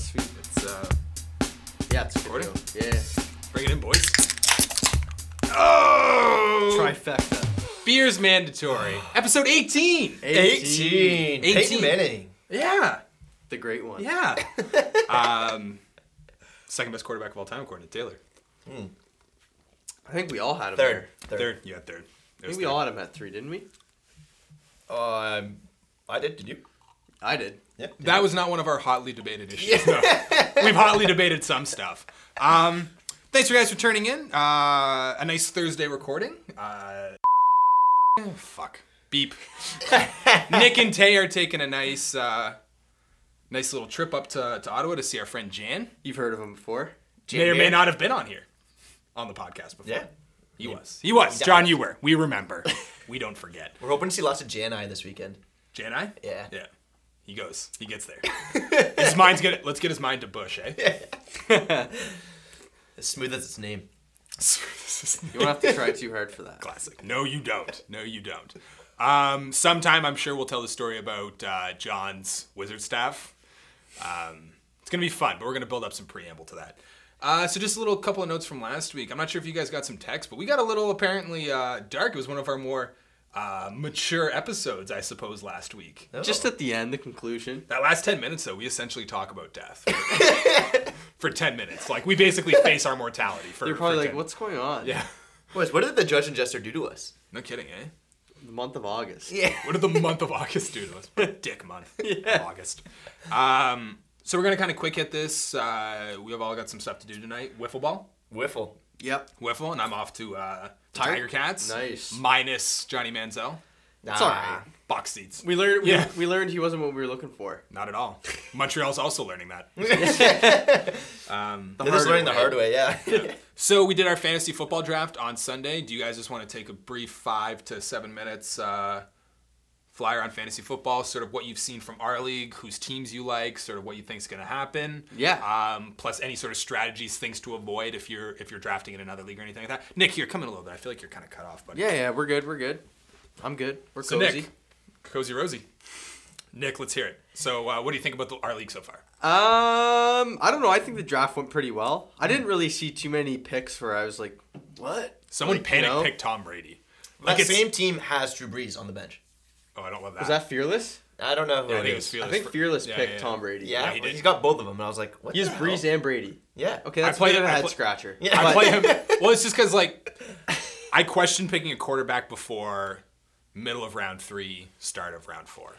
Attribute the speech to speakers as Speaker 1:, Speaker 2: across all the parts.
Speaker 1: It's uh, yeah, it's a good
Speaker 2: Recording?
Speaker 1: deal. Yeah,
Speaker 2: Bring it in, boys. Oh!
Speaker 1: trifecta.
Speaker 2: Beer's mandatory. Episode 18.
Speaker 1: 18.
Speaker 2: 18.
Speaker 3: Peyton Manning.
Speaker 2: Yeah.
Speaker 1: The great one.
Speaker 2: Yeah. um, second best quarterback of all time, according to Taylor.
Speaker 1: I think we all had him.
Speaker 3: Third.
Speaker 1: there.
Speaker 3: Third.
Speaker 2: Yeah, third.
Speaker 1: I think we all had him at three, didn't we?
Speaker 3: Um, I did. Did you?
Speaker 1: I did.
Speaker 3: Yeah.
Speaker 2: That was not one of our hotly debated issues. No. We've hotly debated some stuff. Um, thanks, you guys, for turning in. Uh, a nice Thursday recording. Uh, fuck. Beep. Nick and Tay are taking a nice, uh, nice little trip up to, to Ottawa to see our friend Jan.
Speaker 1: You've heard of him before.
Speaker 2: may or may
Speaker 3: Mayer?
Speaker 2: not have been on here, on the podcast before.
Speaker 3: Yeah.
Speaker 2: He was. He was.
Speaker 3: Yeah.
Speaker 2: John, you were. We remember. we don't forget.
Speaker 3: We're hoping to see lots of Jani this weekend.
Speaker 2: Jan, I.
Speaker 3: Yeah.
Speaker 2: Yeah. He goes. He gets there. his mind's gonna. Let's get his mind to Bush, eh?
Speaker 3: As smooth as its name.
Speaker 1: You won't have to try too hard for that.
Speaker 2: Classic. No, you don't. No, you don't. Um, sometime I'm sure we'll tell the story about uh, John's wizard staff. Um, it's gonna be fun, but we're gonna build up some preamble to that. Uh, so just a little couple of notes from last week. I'm not sure if you guys got some text, but we got a little apparently uh, dark. It was one of our more uh, mature episodes, I suppose, last week.
Speaker 3: Oh.
Speaker 1: Just at the end, the conclusion.
Speaker 2: That last 10 minutes, though, we essentially talk about death for 10 minutes. Like, we basically face our mortality for
Speaker 1: They're probably
Speaker 2: for
Speaker 1: like,
Speaker 2: 10
Speaker 1: "What's going on?"
Speaker 2: Yeah.
Speaker 3: Boys, what did the judge and jester do to us?
Speaker 2: No kidding, eh?
Speaker 1: The month of August.
Speaker 3: Yeah.
Speaker 2: What did the month of August do to us? Dick month. August. Um, so we're gonna kind of quick hit this. Uh, we have all got some stuff to do tonight. Wiffle ball,
Speaker 3: Wiffle.
Speaker 1: Yep.
Speaker 2: wiffle, and I'm off to uh,
Speaker 1: Tiger-
Speaker 2: Tiger? Cats.
Speaker 1: Nice.
Speaker 2: Minus Johnny Manziel.
Speaker 1: It's all right.
Speaker 2: Box seats.
Speaker 1: We learned. We,
Speaker 2: Yeah.
Speaker 1: we learned he wasn't what we were looking for.
Speaker 2: Not at all. Montreal's also learning that.
Speaker 1: The
Speaker 3: They're just
Speaker 1: hard
Speaker 3: learning the
Speaker 1: way.
Speaker 3: hard way, yeah.
Speaker 2: So we did our fantasy football draft on Sunday. Do you guys just want to take a brief five to seven minutes uh, flyer on fantasy football? Sort of what you've seen from our league, whose teams you like, sort of what you think's going to happen.
Speaker 1: Yeah.
Speaker 2: Um, plus any sort of strategies, things to avoid if you're if you're drafting in another league or anything like that. Nick, here, come in a little bit. I feel like you're kind of cut off, buddy.
Speaker 1: Yeah, yeah. We're good. We're good. I'm good. We're
Speaker 2: So
Speaker 1: cozy.
Speaker 2: Nick, cozy Rosie. Nick, let's hear it. So uh, what do you think about the, our league so far?
Speaker 1: Um, I don't know. I think the draft went pretty well. I didn't really see too many picks where I was like, "What?"
Speaker 2: Someone
Speaker 1: Like,
Speaker 2: panic
Speaker 1: no.
Speaker 2: picked Tom Brady.
Speaker 3: Like
Speaker 2: Like
Speaker 3: that
Speaker 2: it's,
Speaker 3: same team has Drew Brees on the bench.
Speaker 2: oh, I don't love that.
Speaker 1: Was that fearless?
Speaker 3: I don't know who
Speaker 2: Yeah, I
Speaker 3: it
Speaker 2: think it
Speaker 3: is.
Speaker 2: was Fearless.
Speaker 1: I think
Speaker 2: for-
Speaker 1: fearless
Speaker 2: Yeah,
Speaker 1: picked
Speaker 2: yeah, yeah.
Speaker 1: Tom Brady.
Speaker 3: Yeah,
Speaker 2: Yeah, he
Speaker 3: he
Speaker 2: did.
Speaker 3: has got both of them, and I was like, what?
Speaker 1: he has
Speaker 3: the
Speaker 1: Breeze
Speaker 3: hell?
Speaker 1: and Brady.
Speaker 3: Yeah.
Speaker 1: Okay,
Speaker 2: I
Speaker 1: that's
Speaker 2: played
Speaker 1: a bit of
Speaker 2: it-
Speaker 1: a
Speaker 2: I
Speaker 1: head
Speaker 2: pla-
Speaker 1: scratcher.
Speaker 3: Yeah.
Speaker 2: I
Speaker 1: But-
Speaker 2: play him. Well, it's just because like I questioned picking a quarterback before middle of round three, start of round four.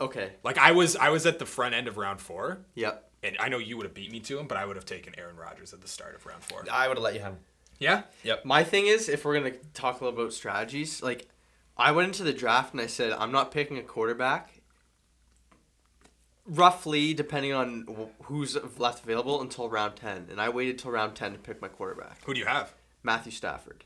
Speaker 1: Okay.
Speaker 2: Like I was, I was at the front end of round four,
Speaker 1: Yep.
Speaker 2: and I know you would have beat me to him, but I would have taken Aaron Rodgers at the start of round four.
Speaker 3: I would have let you have him.
Speaker 2: Yeah,
Speaker 3: Yep.
Speaker 1: My thing is, if we're gonna talk a little about strategies, like, I went into the draft and I said I'm not picking a quarterback. Roughly, depending on wh- who's left available until round ten, and I waited till round ten to pick my quarterback,
Speaker 2: who do you have?
Speaker 1: Matthew Stafford.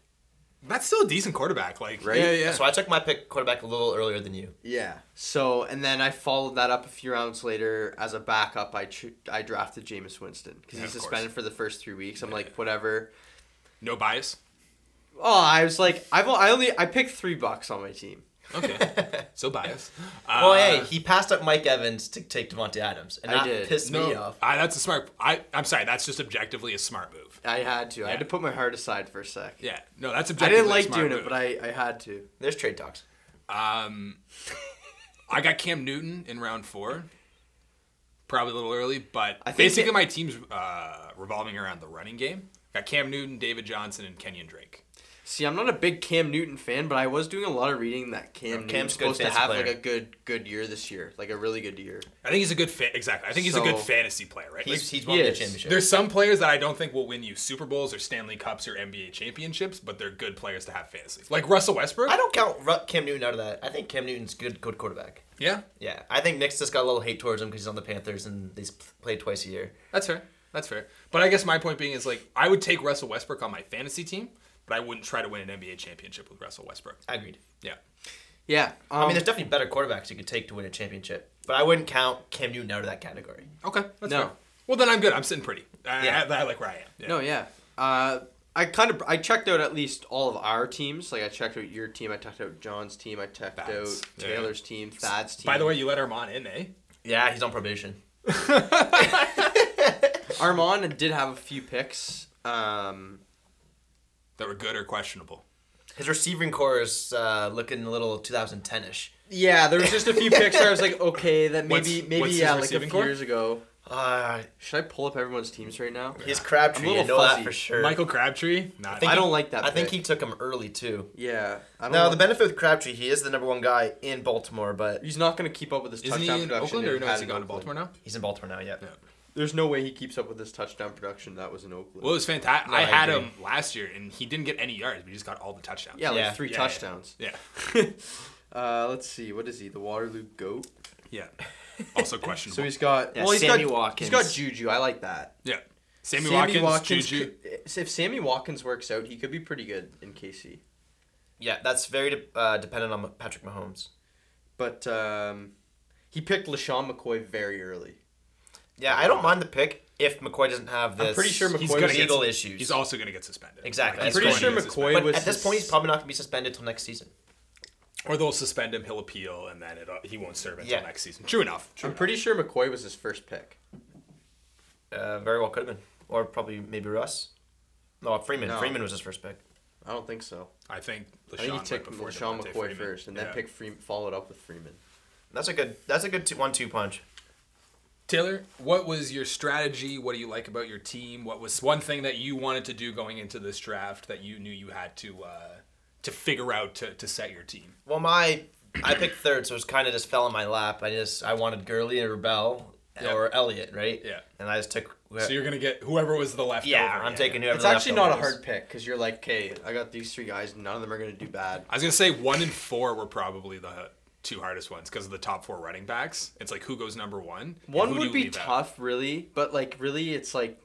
Speaker 2: That's still a decent quarterback, like
Speaker 1: Right?
Speaker 2: Yeah, yeah.
Speaker 3: So I took my pick quarterback a little earlier than you.
Speaker 1: Yeah. So and then I followed that up a few rounds later as a backup. I tr- I drafted Jameis Winston because
Speaker 2: Yeah,
Speaker 1: he's
Speaker 2: of course.
Speaker 1: suspended for the first three weeks. I'm like whatever.
Speaker 2: no bias.
Speaker 1: Oh, I was like I've o- I only I picked three bucks on my team.
Speaker 2: Okay, so bias. Uh,
Speaker 3: well, hey, he passed up Mike Evans to take Devontae Adams, and
Speaker 1: I
Speaker 3: that
Speaker 1: did.
Speaker 3: pissed me
Speaker 2: no,
Speaker 3: off.
Speaker 2: I, that's a smart. I, I'm sorry, that's just objectively a smart move.
Speaker 1: I had to. I had
Speaker 2: Yeah.
Speaker 1: to put my heart aside for a sec.
Speaker 2: Yeah, no, that's
Speaker 1: I
Speaker 2: objectively.
Speaker 1: didn't like doing it, but
Speaker 2: I.
Speaker 1: I, I had to.
Speaker 3: There's trade talks.
Speaker 2: Um, I got Cam Newton in round four. Probably a little early, but
Speaker 1: I think
Speaker 2: basically
Speaker 1: it-
Speaker 2: my team's uh, revolving around the running game. Got Cam Newton, David Johnson, and Kenyon Drake.
Speaker 1: See, I'm not a big Cam Newton fan, but I was doing a lot of reading that Cam
Speaker 3: Cam's
Speaker 1: Newton's
Speaker 3: a good
Speaker 1: supposed to
Speaker 3: fantasy
Speaker 1: have
Speaker 3: player.
Speaker 1: like a good good year this year, like a really good year.
Speaker 2: I think he's a good fa- exactly. I think he's a
Speaker 1: So-
Speaker 2: good fantasy player, right?
Speaker 3: He's,
Speaker 2: Like,
Speaker 3: he's won
Speaker 1: he
Speaker 3: the
Speaker 1: is.
Speaker 3: championship.
Speaker 2: there's some players that I don't think will win you Super Bowls or Stanley Cups or NBA championships, but they're good players to have fantasy. Like Russell Westbrook.
Speaker 3: I don't count Ru- Cam Newton out of that. I think Cam Newton's good, good quarterback.
Speaker 2: yeah,
Speaker 3: Yeah, I think Nick's just got a little hate towards him because he's on the Panthers and they s- play twice a year.
Speaker 2: that's fair. That's fair. But I guess my point being is like I would take Russell Westbrook on my fantasy team, but I wouldn't try to win an NBA championship with Russell Westbrook.
Speaker 3: I agreed.
Speaker 2: Yeah.
Speaker 1: Yeah. Um,
Speaker 3: I mean, there's definitely better quarterbacks you could take to win a championship, but I wouldn't count Cam Newton out of that category.
Speaker 2: Okay, that's
Speaker 1: No.
Speaker 2: fair. Well, then I'm good. I'm sitting pretty. I,
Speaker 3: Yeah.
Speaker 2: I, I like where I am. Yeah.
Speaker 1: No, yeah. Uh, I kind of I checked out at least all of our teams. Like I checked out your team, I checked out John's team, I checked
Speaker 2: Thad's.
Speaker 1: out
Speaker 2: Yeah.
Speaker 1: Taylor's team, Thad's team.
Speaker 2: By the way, you let Armand in, eh?
Speaker 3: Yeah, he's on probation.
Speaker 1: Armand did have a few picks. Um,
Speaker 2: that were good or questionable.
Speaker 3: His receiving core is uh, looking a little 2010-ish.
Speaker 1: yeah, there was just a few picks where I was like, okay, that
Speaker 2: What's-
Speaker 1: maybe maybe
Speaker 2: what's his
Speaker 1: yeah, like a
Speaker 2: receiving
Speaker 1: few
Speaker 2: core?
Speaker 1: years ago.
Speaker 3: Uh,
Speaker 1: Should I pull up everyone's teams right now?
Speaker 3: he's
Speaker 1: I'm
Speaker 3: Crabtree.
Speaker 1: a
Speaker 3: I
Speaker 1: little
Speaker 3: know that
Speaker 1: fuzzy.
Speaker 3: for sure.
Speaker 2: Michael Crabtree, not
Speaker 1: I don't like that
Speaker 3: I think
Speaker 1: pick.
Speaker 3: he took him early too.
Speaker 1: Yeah. I don't
Speaker 3: Now
Speaker 1: know.
Speaker 3: the benefit with Crabtree, he is the number one guy in Baltimore, but
Speaker 1: He's not going to keep up with his
Speaker 2: Isn't he
Speaker 1: touchdown
Speaker 2: in
Speaker 1: production.
Speaker 2: Oakland
Speaker 1: that
Speaker 2: or no?
Speaker 1: had
Speaker 2: Has he
Speaker 1: in
Speaker 2: gone to
Speaker 1: Oakland.
Speaker 2: Baltimore now?
Speaker 3: he's in Baltimore now. Yeah.
Speaker 2: Yeah.
Speaker 1: There's no way he keeps up with this touchdown production that was in Oakland.
Speaker 2: Well, it was fantastic.
Speaker 3: No,
Speaker 2: I
Speaker 3: I
Speaker 2: had
Speaker 3: agree.
Speaker 2: him last year, and he didn't get any yards, but he just got all the touchdowns.
Speaker 1: yeah, like
Speaker 3: Yeah.
Speaker 1: three
Speaker 2: Yeah, yeah.
Speaker 1: touchdowns.
Speaker 2: yeah,
Speaker 1: Uh, let's see. What is he? The Waterloo Goat?
Speaker 2: yeah. Also questionable.
Speaker 1: So he's got.
Speaker 3: Yeah,
Speaker 1: well, he's
Speaker 3: Sammy
Speaker 1: got. He's
Speaker 3: Watkins.
Speaker 1: got Juju. I like that.
Speaker 2: yeah, Sammy, Watkins, Juju.
Speaker 1: could- if Sammy Watkins works out, he could be pretty good in KC.
Speaker 3: Yeah, that's very de- uh, dependent on Patrick Mahomes.
Speaker 1: But um, he picked LaShawn McCoy very early.
Speaker 3: Yeah, I don't mind the pick if McCoy doesn't have this.
Speaker 1: pretty sure
Speaker 2: He's
Speaker 1: McCoy
Speaker 2: gonna
Speaker 1: was
Speaker 2: get
Speaker 3: legal
Speaker 2: sus-
Speaker 3: issues.
Speaker 2: He's also going to get suspended.
Speaker 3: Exactly.
Speaker 2: he's
Speaker 3: I'm
Speaker 1: pretty
Speaker 2: going
Speaker 1: sure
Speaker 2: to
Speaker 1: McCoy
Speaker 2: get suspended.
Speaker 3: But
Speaker 1: was
Speaker 3: at this
Speaker 1: his-
Speaker 3: point, he's probably not going to be suspended till next season.
Speaker 2: or they'll suspend him. He'll appeal, and then it, he won't serve until
Speaker 3: Yeah.
Speaker 2: next season. True enough. True
Speaker 1: I'm pretty sure McCoy was his first pick.
Speaker 3: Uh, very well could have been, or probably maybe Russ. No, Freeman.
Speaker 1: No.
Speaker 3: Freeman was his first pick.
Speaker 1: I don't think so.
Speaker 2: I think LaShawn
Speaker 1: I think he
Speaker 2: went
Speaker 1: took
Speaker 2: before
Speaker 1: LaShawn
Speaker 2: Devontae
Speaker 1: McCoy
Speaker 2: Freeman.
Speaker 1: first, and
Speaker 2: Yeah.
Speaker 1: then picked Freeman, followed up with Freeman.
Speaker 3: That's a good. That's a good two, one-two punch.
Speaker 2: Taylor, what was your strategy? What do you like about your team? What was one thing that you wanted to do going into this draft that you knew you had to uh, to figure out to, to set your team?
Speaker 3: Well, my I picked third, so it's kind of just fell in my lap. I just I wanted Gurley or Rebel
Speaker 2: Yeah.
Speaker 3: or Elliott, right?
Speaker 2: Yeah.
Speaker 3: And I just took.
Speaker 2: So you're gonna get whoever was the leftover.
Speaker 3: yeah, I'm taking whoever.
Speaker 1: It's
Speaker 3: the
Speaker 1: actually not a
Speaker 3: leftover is.
Speaker 1: hard pick because you're like, okay, I got these three guys. None of them are going to do bad.
Speaker 2: I was gonna say one and four were probably the two hardest ones because of the top four running backs. It's like who goes number one. and who
Speaker 1: One
Speaker 2: do
Speaker 1: would
Speaker 2: you
Speaker 1: be
Speaker 2: leave out.
Speaker 1: tough, really, but like, really, it's like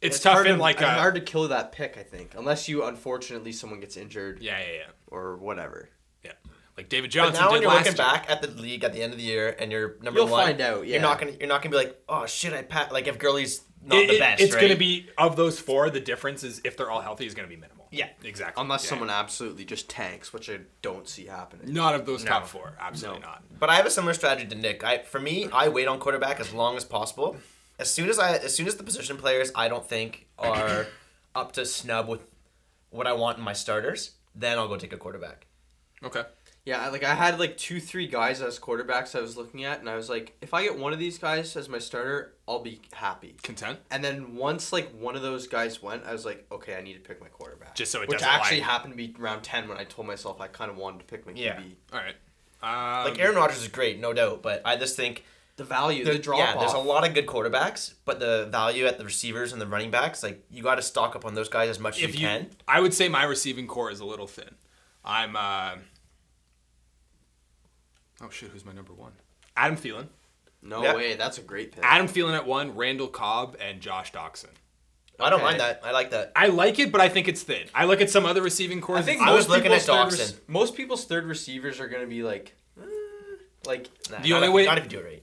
Speaker 2: It's, tough
Speaker 1: hard
Speaker 2: in
Speaker 1: to-
Speaker 2: like a
Speaker 1: hard to kill that pick. I think unless you unfortunately someone gets injured
Speaker 2: yeah, yeah, yeah,
Speaker 1: or whatever.
Speaker 2: yeah. Like David
Speaker 3: But
Speaker 2: Johnson
Speaker 3: now
Speaker 2: did
Speaker 3: when you're
Speaker 2: last
Speaker 3: looking
Speaker 2: year.
Speaker 3: back at the league at the end of the year and you're number
Speaker 1: You'll
Speaker 3: one,
Speaker 1: find out, yeah.
Speaker 3: you're not gonna you're not gonna be like, oh shit, I pat like if Gurley's not
Speaker 2: It-
Speaker 3: the
Speaker 2: it-
Speaker 3: best,
Speaker 2: it's gonna
Speaker 3: right?
Speaker 2: be of those four. The difference is if they're all healthy is gonna be minimal.
Speaker 3: Yeah.
Speaker 2: exactly.
Speaker 1: Unless
Speaker 2: Yeah.
Speaker 1: someone absolutely just tanks, which I don't see happening.
Speaker 2: Not of those
Speaker 3: No.
Speaker 2: top four. Absolutely
Speaker 1: No.
Speaker 2: not.
Speaker 3: But I have a similar strategy to Nick. I for me, I wait on quarterback as long as possible. As soon as I as soon as the position players I don't think are up to snub with what I want in my starters, then I'll go take a quarterback.
Speaker 2: Okay.
Speaker 1: Yeah, I- like I had like two, three guys as quarterbacks I was looking at, and I was like, if I get one of these guys as my starter, I'll be happy.
Speaker 2: Content?
Speaker 1: And then once like one of those guys went, I was like, okay, I need to pick my quarterback.
Speaker 2: Just so it
Speaker 1: which
Speaker 2: doesn't
Speaker 1: actually
Speaker 2: lie.
Speaker 1: happened to be round ten when I told myself I kind of wanted to pick my QB.
Speaker 3: Yeah.
Speaker 2: All right. Um,
Speaker 3: Like Aaron Rodgers is great, no doubt, but I just think
Speaker 1: The value, the,
Speaker 3: there-
Speaker 1: drop
Speaker 3: yeah, there's a
Speaker 1: off.
Speaker 3: lot of good quarterbacks, but the value at the receivers and the running backs, like you got to stock up on those guys as much as
Speaker 2: if
Speaker 3: you,
Speaker 2: you,
Speaker 3: can.
Speaker 2: I would say my receiving core is a little thin. I'm. Uh, oh shit! Who's my number one? Adam Thielen.
Speaker 1: No
Speaker 3: Yeah.
Speaker 1: way, that's a great pick.
Speaker 2: Adam Thielen at one. Randall Cobb and Josh Doxson.
Speaker 3: I don't
Speaker 1: Okay.
Speaker 3: mind that. I like that.
Speaker 2: I like it, but I think it's thin. I look at some other receiving cores.
Speaker 1: I think
Speaker 2: it's-
Speaker 3: I was
Speaker 1: most
Speaker 3: looking at
Speaker 1: people's third
Speaker 3: Dawson.
Speaker 1: most people's third receivers are going to be like, eh, like
Speaker 3: Nah,
Speaker 2: The
Speaker 3: not
Speaker 2: only
Speaker 3: if-
Speaker 2: way-
Speaker 3: not if you do it right,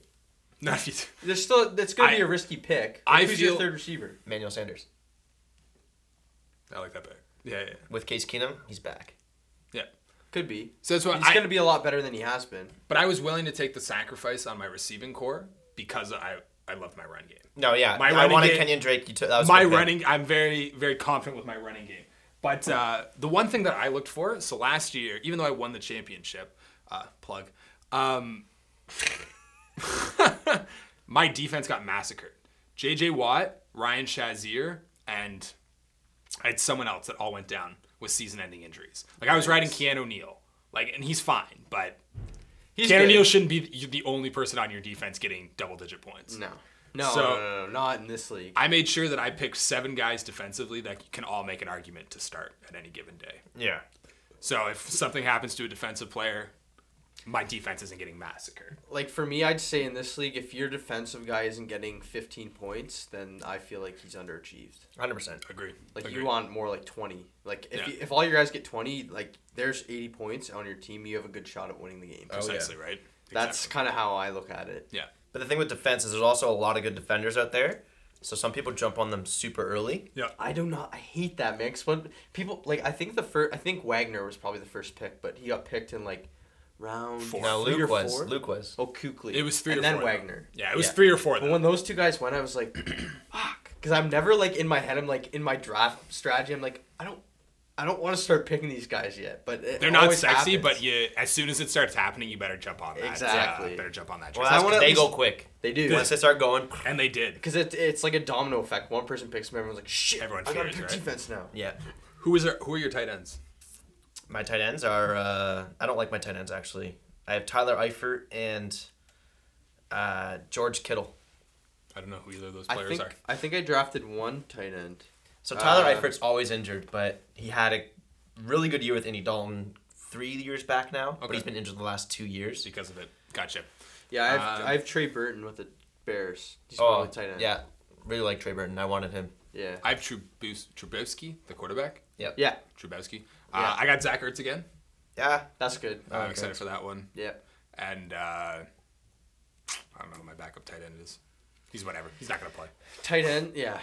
Speaker 2: Not if you-
Speaker 1: there's still that's going to be
Speaker 2: I-
Speaker 1: a risky pick.
Speaker 2: I
Speaker 1: Who's
Speaker 2: feel-
Speaker 1: your third receiver.
Speaker 3: Manuel Sanders
Speaker 2: I like that pick. Yeah, yeah, yeah.
Speaker 3: with Case Keenum, he's back.
Speaker 1: Could be.
Speaker 2: So that's why
Speaker 1: He's
Speaker 2: I.
Speaker 1: going to be a lot better than he has been.
Speaker 2: But I was willing to take the sacrifice on my receiving core because I I love my run game.
Speaker 3: No, yeah,
Speaker 2: My
Speaker 3: I
Speaker 2: running
Speaker 3: wanted
Speaker 2: game-
Speaker 3: Kenyon Drake. You took that was a
Speaker 2: my
Speaker 3: good pick.
Speaker 2: running i'm very very confident with my running game but uh, the one thing that i looked for so last year even though i won the championship uh, plug um, my defense got massacred jj watt ryan shazier and i had someone else that all went down with season-ending injuries like i was riding keanu neal like and he's fine but
Speaker 1: He's
Speaker 2: keanu
Speaker 1: good.
Speaker 2: neal shouldn't be the the only person on your defense getting double-digit points
Speaker 1: No. No,
Speaker 2: So-
Speaker 1: no, no, no, not in this league.
Speaker 2: I made sure that I picked seven guys defensively that can all make an argument to start at any given day.
Speaker 3: Yeah.
Speaker 2: So if something happens to a defensive player, my defense isn't getting massacred.
Speaker 1: Like for me, I'd say in this league, if your defensive guy isn't getting 15 points, then I feel like he's underachieved.
Speaker 3: Hundred percent.
Speaker 2: Agree.
Speaker 1: Like
Speaker 2: Agree.
Speaker 1: you want more like 20. Like if
Speaker 2: Yeah.
Speaker 1: you, if all your guys get 20, like there's 80 points on your team, you have a good shot at winning the game.
Speaker 3: Oh, yeah.
Speaker 2: precisely right.
Speaker 1: That's
Speaker 2: Exactly.
Speaker 1: kind of how I look at it.
Speaker 2: yeah.
Speaker 3: But the thing with defense is there's also a lot of good defenders out there. So some people jump on them super early.
Speaker 1: I do not. I hate that mix. When people like, I think the first, I think Wagner was probably the first pick, but he got picked in like round
Speaker 2: Four.
Speaker 3: Now
Speaker 1: three
Speaker 3: Luke
Speaker 1: or
Speaker 3: was.
Speaker 1: four.
Speaker 3: Luke was.
Speaker 1: Oh, Kukley.
Speaker 2: It was three
Speaker 1: and
Speaker 2: or
Speaker 1: then
Speaker 2: four. though.
Speaker 1: Wagner.
Speaker 2: Yeah, it was
Speaker 3: Yeah.
Speaker 2: three or four.
Speaker 1: But
Speaker 2: Though.
Speaker 1: when those two guys went, I was like, fuck. because I'm never like in my head. I'm like in my draft strategy. I'm like I don't, I don't want to start picking these guys yet. But it
Speaker 2: They're not
Speaker 1: always
Speaker 2: sexy,
Speaker 1: happens.
Speaker 2: but you as soon as it starts happening, you better jump on that.
Speaker 1: Exactly.
Speaker 2: Uh, better jump on that.
Speaker 3: Well,
Speaker 2: train.
Speaker 3: that's
Speaker 1: wanna
Speaker 3: 'cause
Speaker 1: at
Speaker 3: they
Speaker 1: least-
Speaker 3: go quick.
Speaker 1: they do
Speaker 3: Once they start going,
Speaker 2: and they did.
Speaker 1: because it, it's like a domino effect. One person picks them, everyone's like shit.
Speaker 2: Everyone
Speaker 1: I gotta
Speaker 2: fears,
Speaker 1: pick
Speaker 2: right?
Speaker 1: defense now.
Speaker 3: yeah.
Speaker 2: Who is our, who are your tight ends?
Speaker 3: My tight ends are. Uh, I don't like my tight ends actually. I have Tyler Eifert and uh, George Kittle.
Speaker 2: I don't know who either of those
Speaker 1: I
Speaker 2: players
Speaker 1: think
Speaker 2: are.
Speaker 1: I think I drafted one tight end.
Speaker 3: So Tyler
Speaker 1: Uh,
Speaker 3: Eifert's always injured, but he had a really good year with Indy Dalton three years back now. But
Speaker 2: Okay.
Speaker 3: he's been injured the last two years.
Speaker 2: Because of it. Gotcha.
Speaker 1: Yeah, I have,
Speaker 2: Um,
Speaker 1: I have Trey Burton with the Bears. He's my
Speaker 3: Oh,
Speaker 1: only tight end.
Speaker 3: yeah. Really like Trey Burton. I wanted him.
Speaker 1: yeah,
Speaker 2: I have Trubus- Trubisky, the quarterback.
Speaker 1: yeah.
Speaker 2: Trubisky.
Speaker 1: Yeah.
Speaker 2: Uh, I got Zach Ertz again.
Speaker 3: Yeah.
Speaker 1: That's good.
Speaker 2: I'm
Speaker 3: Okay.
Speaker 2: excited for that one.
Speaker 1: Yeah.
Speaker 2: And uh, I don't know who my backup tight end is. He's whatever. He's not gonna play.
Speaker 1: Tight end, yeah.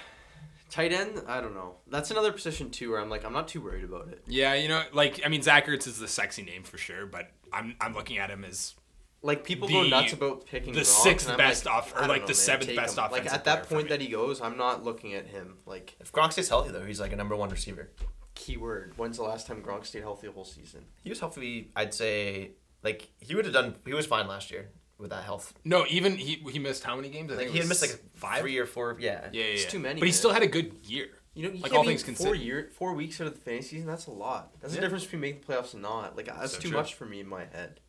Speaker 1: Tight end, I don't know. That's another position too where I'm like, I'm not too worried about it.
Speaker 2: Yeah, you know, like I mean, Zach Ertz is the sexy name for sure, but I'm I'm looking at him as
Speaker 1: Like people go
Speaker 2: The-
Speaker 1: nuts about picking
Speaker 2: the
Speaker 1: Gronk,
Speaker 2: sixth
Speaker 1: and I'm
Speaker 2: best
Speaker 1: like,
Speaker 2: off- or
Speaker 1: I don't
Speaker 2: like
Speaker 1: know,
Speaker 2: the
Speaker 1: man,
Speaker 2: seventh
Speaker 1: take
Speaker 2: best
Speaker 1: him. Like
Speaker 2: offensive
Speaker 1: at that
Speaker 2: player for
Speaker 1: point
Speaker 2: me.
Speaker 1: that he goes, I'm not looking at him. Like
Speaker 3: If Gronk stays healthy though, he's like a number one receiver.
Speaker 1: keyword. When's the last time Gronk stayed healthy the whole season?
Speaker 3: He was healthy. I'd say like he would have done. He was fine last year with that health.
Speaker 2: no. Even he he missed how many games? I
Speaker 3: Like
Speaker 2: think it
Speaker 3: he had
Speaker 2: was
Speaker 3: missed like
Speaker 2: five.
Speaker 3: three or four. Yeah.
Speaker 2: yeah, yeah,
Speaker 1: It's
Speaker 2: yeah.
Speaker 1: too many,
Speaker 2: But he
Speaker 1: man.
Speaker 2: still had a good year.
Speaker 1: You know, you
Speaker 2: Like,
Speaker 1: can't
Speaker 2: all
Speaker 1: be
Speaker 2: things
Speaker 1: four
Speaker 2: considered.
Speaker 1: year four weeks out of the fantasy season, that's a lot. That's
Speaker 2: Yeah.
Speaker 1: the difference between making the playoffs and not. Like that's
Speaker 2: So
Speaker 1: too
Speaker 2: true.
Speaker 1: much for me in my head.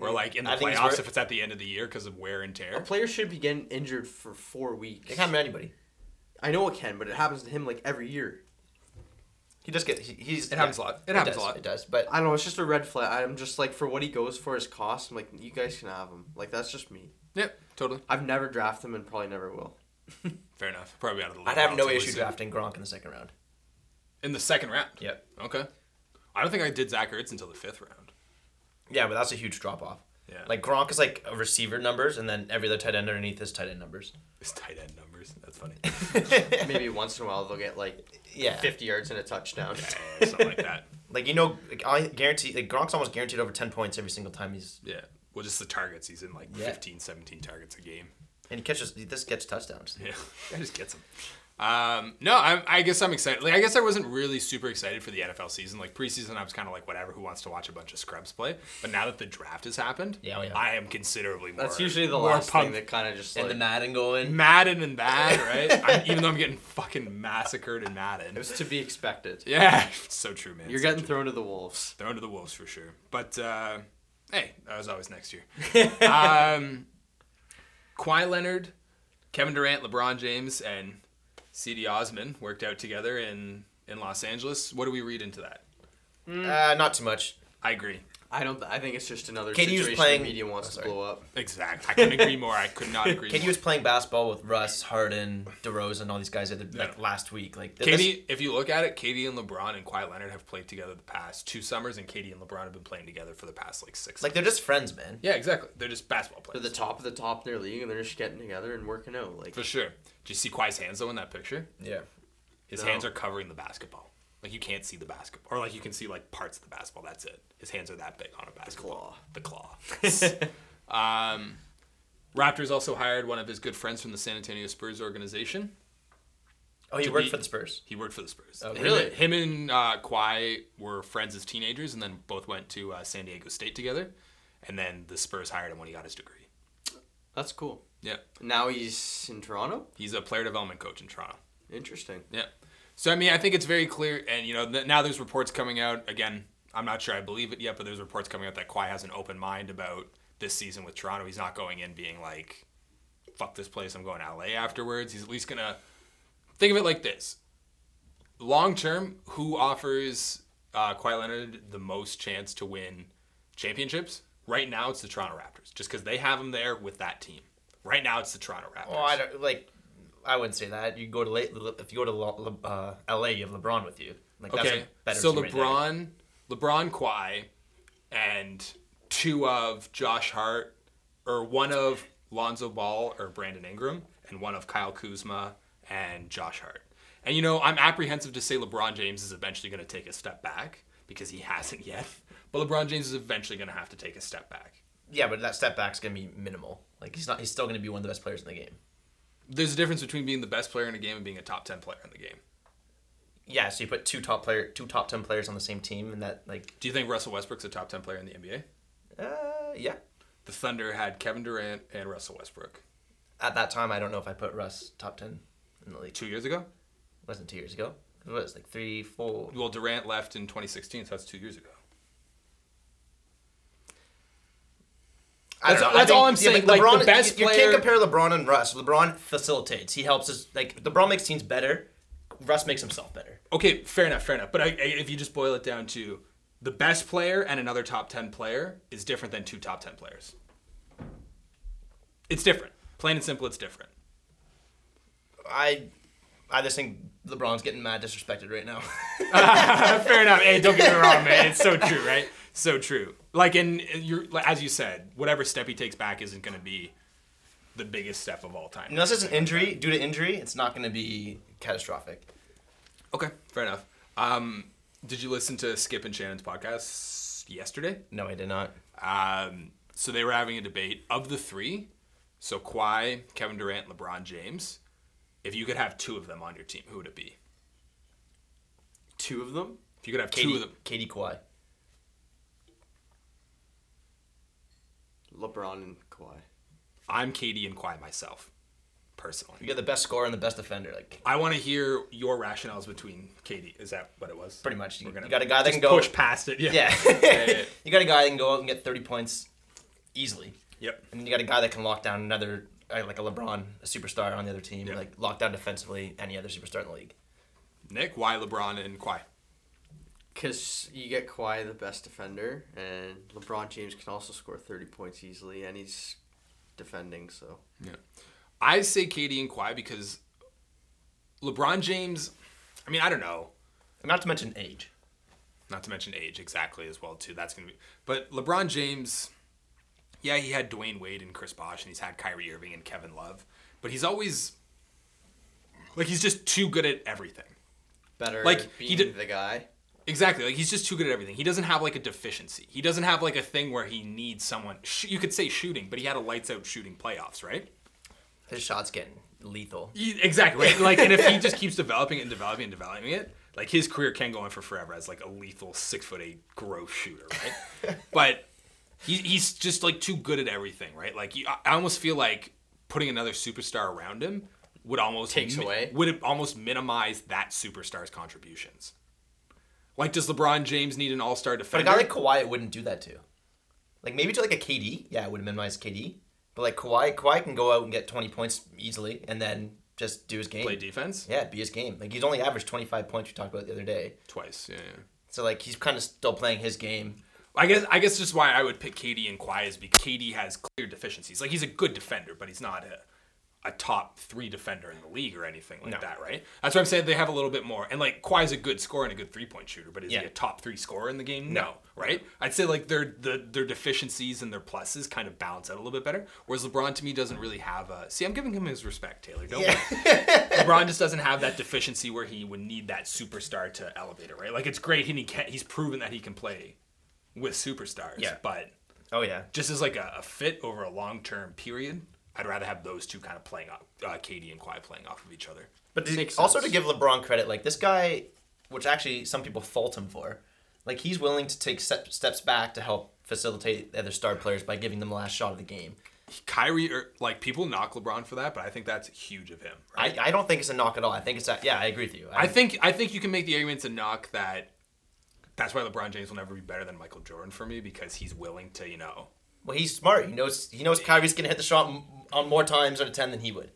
Speaker 2: Or like in the
Speaker 3: I think it's
Speaker 2: playoffs,
Speaker 3: worth-
Speaker 2: if it's at the end of the year because of wear and
Speaker 1: A
Speaker 2: tear.
Speaker 1: player should be getting injured for four weeks.
Speaker 3: It can't be anybody.
Speaker 1: I know it can, but it happens to him like every year.
Speaker 3: He just get. He, he's.
Speaker 2: It happens a lot. It happens
Speaker 3: does,
Speaker 2: a lot.
Speaker 3: It does. But
Speaker 1: I don't know. It's just a red flag. I'm just like for what he goes for his cost. I'm like, you guys can have him. Like that's just me.
Speaker 2: Yep, totally.
Speaker 1: I've never drafted him and probably never will.
Speaker 2: Fair enough. Probably out of the. league
Speaker 3: I'd have no
Speaker 2: relatively
Speaker 3: issue
Speaker 2: soon.
Speaker 3: drafting Gronk in the second round.
Speaker 2: in the second round.
Speaker 3: Yep.
Speaker 2: Okay. I don't think I did Zach Ertz until the fifth round.
Speaker 3: Yeah, but that's a huge drop off.
Speaker 2: Yeah.
Speaker 3: Like Gronk is like a receiver numbers, and then every other tight end underneath is tight end numbers.
Speaker 2: His tight end numbers. That's funny.
Speaker 1: Maybe once in a while they'll get like
Speaker 3: yeah,
Speaker 1: 50 yards and a touchdown.
Speaker 2: Uh, something like that.
Speaker 3: like you know, like, I guarantee like Gronk's almost guaranteed over ten points every single time he's
Speaker 2: Yeah. Well, just the targets. He's in like
Speaker 3: Yeah.
Speaker 2: 15, 17 targets a game.
Speaker 3: and he catches this gets touchdowns.
Speaker 2: Yeah. that just gets him. Um, no, I, I guess I'm excited. Like, I guess I wasn't really super excited for the NFL season. Like preseason, I was kind of like, whatever. Who wants to watch a bunch of scrubs play? But now that the draft has happened,
Speaker 3: Yeah, oh, yeah.
Speaker 2: I am considerably more.
Speaker 1: That's usually the
Speaker 2: more
Speaker 1: last
Speaker 2: pumped.
Speaker 1: thing that kind of just
Speaker 3: And
Speaker 1: like
Speaker 3: the Madden going.
Speaker 2: Madden and that, right? I'm, even though I'm getting fucking massacred in Madden.
Speaker 1: it was to be expected.
Speaker 2: Yeah, it's so true, man.
Speaker 1: You're
Speaker 2: So
Speaker 1: getting
Speaker 2: true.
Speaker 1: thrown to the wolves.
Speaker 2: thrown to the wolves for sure. But uh, hey, that was always next year. um, Kawhi Leonard, Kevin Durant, LeBron James, and C.D. Osman worked out together in in Los Angeles. What do we read into that?
Speaker 3: Uh, not too much.
Speaker 2: I agree.
Speaker 1: I don't. I think it's just another
Speaker 3: KD was
Speaker 1: situation
Speaker 3: playing-
Speaker 1: the media
Speaker 3: Oh,
Speaker 1: wants to
Speaker 3: sorry.
Speaker 1: blow up.
Speaker 2: Exactly. I couldn't agree more. I could not agree
Speaker 3: KD
Speaker 2: more.
Speaker 3: was playing basketball with Russ, Harden, DeRozan, all these guys at the, like
Speaker 2: Yeah.
Speaker 3: last week. Like this-
Speaker 2: KD, if you look at it, KD and LeBron and Kawhi Leonard have played together the past two summers, and KD and LeBron have been playing together for the past like six.
Speaker 3: like they're just friends, man.
Speaker 2: yeah, exactly. They're just basketball
Speaker 1: They're
Speaker 2: players.
Speaker 1: the top of the top in their league, and they're just getting together and working out. Like
Speaker 2: For sure. Do you see Kawhi's hands though in that picture?
Speaker 3: Yeah.
Speaker 2: His
Speaker 1: No.
Speaker 2: hands are covering the basketball. Like you can't see the basketball, or like you can see like parts of the basketball. That's it. His hands are that big on a basketball. The claw. um, Raptors also hired one of his good friends from the San Antonio Spurs organization.
Speaker 3: Oh, he
Speaker 2: To
Speaker 3: worked
Speaker 2: be-
Speaker 3: for the Spurs.
Speaker 2: He worked for the Spurs.
Speaker 3: Oh,
Speaker 2: Him-
Speaker 3: really?
Speaker 2: Him, and uh, Kawhi were friends as teenagers, and then both went to uh, San Diego State together. And then the Spurs hired him when he got his degree.
Speaker 1: that's cool.
Speaker 2: Yeah,
Speaker 1: Now he's in Toronto.
Speaker 2: he's a player development coach in Toronto.
Speaker 1: Interesting.
Speaker 2: Yeah. So I mean, I think it's very clear, and you know, th- now there's reports coming out. Again, I'm not sure I believe it yet, but there's reports coming out that Kawhi has an open mind about this season with Toronto. He's not going in being like, "Fuck this place, I'm going to LA afterwards." He's at least gonna think of it like this: long term, who offers uh, Kawhi Leonard the most chance to win championships? Right now, it's the Toronto Raptors, just because they have him there with that team. Right now, it's the Toronto Raptors.
Speaker 3: Oh, I don't like. I wouldn't say that. You go to La- if you go to La- La- uh, LA, you have LeBron with you. Like that's
Speaker 2: Okay.
Speaker 3: a better
Speaker 2: so
Speaker 3: team right there.
Speaker 2: LeBron, LeBron Kawhi, and two of Josh Hart, or one of Lonzo Ball or Brandon Ingram, and one of Kyle Kuzma and Josh Hart. And you know, I'm apprehensive to say LeBron James is eventually going to take a step back because he hasn't yet. But LeBron James is eventually going to have to take a step back.
Speaker 3: Yeah, but that step back's gonna be minimal. Like he's not. He's still gonna be one of the best players in the game.
Speaker 2: There's a difference between being the best player in a game and being a top ten player in the game.
Speaker 3: Yeah, so you put two top player, two top ten players on the same team, and that like,
Speaker 2: Do you think Russell Westbrook's a top ten player in the NBA?
Speaker 3: uh, yeah.
Speaker 2: The Thunder had Kevin Durant and Russell Westbrook
Speaker 3: At that time, I don't know if I put Russ top ten in the league.
Speaker 2: two years ago.
Speaker 3: It wasn't two years ago. It was like three, four.
Speaker 2: Well, Durant left in 2016, so that's two years ago.
Speaker 3: I
Speaker 2: That's-
Speaker 3: don't know. I
Speaker 2: that's all I'm
Speaker 3: think-
Speaker 2: saying, like, the
Speaker 3: LeBron,
Speaker 2: best
Speaker 3: you, you
Speaker 2: player-
Speaker 3: can't compare LeBron and Russ. LeBron facilitates. He helps us. Like LeBron makes teams better. Russ makes himself better.
Speaker 2: Okay, fair enough, fair enough. But I, I, if you just boil it down to the best player and another top 10 player is different than two top 10 players. It's different. Plain and simple, it's different.
Speaker 3: I, I just think LeBron's getting mad disrespected right now.
Speaker 2: fair enough. Hey, don't get me wrong, man. It's so true, right? So true. Like, and you're, like, as you said, whatever step he takes back isn't going to be the biggest step of all time.
Speaker 3: Unless it's an injury, due to injury, it's not going to be catastrophic.
Speaker 2: Okay, fair enough. Um, did you listen to Skip and Shannon's podcast yesterday?
Speaker 3: No, I did not.
Speaker 2: Um, so they were having a debate of the three. So Kawhi, Kevin Durant, LeBron James. If you could have two of them on your team, who would it be?
Speaker 1: Two of them.
Speaker 2: If you could have two
Speaker 3: Katie,
Speaker 2: of them,
Speaker 3: Katie Kawhi.
Speaker 1: LeBron and Kawhi.
Speaker 2: I'm Katie and Kawhi myself, personally.
Speaker 3: You got the best scorer and the best defender. Like
Speaker 2: I want to hear your rationales between Katie. Is that what it was?
Speaker 3: pretty much,
Speaker 2: We're
Speaker 3: you,
Speaker 2: gonna
Speaker 3: you got a guy that
Speaker 2: just
Speaker 3: can go.
Speaker 2: push past it. Yeah.
Speaker 3: Yeah,
Speaker 2: yeah.
Speaker 3: you got a guy that can go out and get thirty points easily,
Speaker 2: Yep.
Speaker 3: and you got a guy that can lock down another, uh, like a LeBron, a superstar on the other team,
Speaker 2: Yeah.
Speaker 3: like lock down defensively any other superstar in the league.
Speaker 2: Nick, why LeBron and Kawhi?
Speaker 1: Because you get Kawhi the best defender, and LeBron James can also score 30 points easily, and he's defending, so.
Speaker 2: Yeah. I say Katie and Kawhi because LeBron James. I mean, I don't know.
Speaker 3: And not to mention age.
Speaker 2: Not to mention age, exactly as well too. That's gonna be. But LeBron James, yeah, he had Dwayne Wade and Chris Bosh, and he's had Kyrie Irving and Kevin Love, but he's always like he's just too good at everything.
Speaker 1: Better
Speaker 2: Like,
Speaker 1: like,
Speaker 2: he
Speaker 1: being
Speaker 2: did-
Speaker 1: the guy.
Speaker 2: Exactly, like he's just too good at everything. He doesn't have like a deficiency. He doesn't have like a thing where he needs someone. Sh- you could say shooting, but he had a lights out shooting playoffs, right?
Speaker 3: His shot's getting lethal.
Speaker 2: Ye- Exactly. right? Like, and if he just keeps developing it and developing and developing it, like his career can go on for forever as like a lethal six foot eight gross shooter, right? but he, he's just like too good at everything, right? Like, you, I- I almost feel like putting another superstar around him would almost
Speaker 1: Takes away.
Speaker 2: would almost minimize that superstar's contributions. Like, does LeBron James need an all star
Speaker 3: But a
Speaker 2: defender?
Speaker 3: guy like Kawhi, it wouldn't do that to. Like maybe to like a KD, yeah, it would minimize KD. But like Kawhi, Kawhi can go out and get twenty points easily, and then just do his game.
Speaker 2: play defense
Speaker 3: Yeah, be his game. Like he's only averaged twenty five points. We talked about the other day.
Speaker 2: twice. Yeah, yeah.
Speaker 3: So like he's kind of still playing his game.
Speaker 2: I guess I guess just why I would pick KD and Kawhi is because KD has clear deficiencies. Like he's a good defender, but he's not a a top three defender in the league or anything like
Speaker 3: No.
Speaker 2: that, right? That's what I'm saying. They have a little bit more, and like Kawhi's a good scorer and a good three point shooter, but is
Speaker 3: Yeah.
Speaker 2: he a top three scorer in the game? No, right? I'd say like their the, their deficiencies and their pluses kind of balance out a little bit better. Whereas LeBron to me doesn't really have a. See, I'm giving him his respect, Taylor. Don't worry. LeBron just doesn't have that deficiency where he would need that superstar to elevate it, right? Like it's great, and he can, he's proven that he can play with superstars.
Speaker 3: Yeah.
Speaker 2: But
Speaker 3: Oh yeah.
Speaker 2: just as like a, a fit over a long term period, I'd rather have those two kind of playing off, uh, KD and Kawhi playing off of each other.
Speaker 3: But to-
Speaker 1: Makes
Speaker 3: also
Speaker 1: sense.
Speaker 3: to give LeBron credit, like this guy, which actually some people fault him for, like he's willing to take step, steps back to help facilitate the other star players by giving them the last shot of the game.
Speaker 2: Kyrie, or, like people knock LeBron for that, but I think that's huge of him. Right?
Speaker 3: I, I don't think it's a knock at all. I think it's a, yeah, I agree with you.
Speaker 2: I think I think you can make the argument to knock that. That's why LeBron James will never be better than Michael Jordan for me because he's willing to, you know,
Speaker 3: well, he's smart. He knows he knows Kyrie's gonna hit the shot m- on more times out of ten than he would.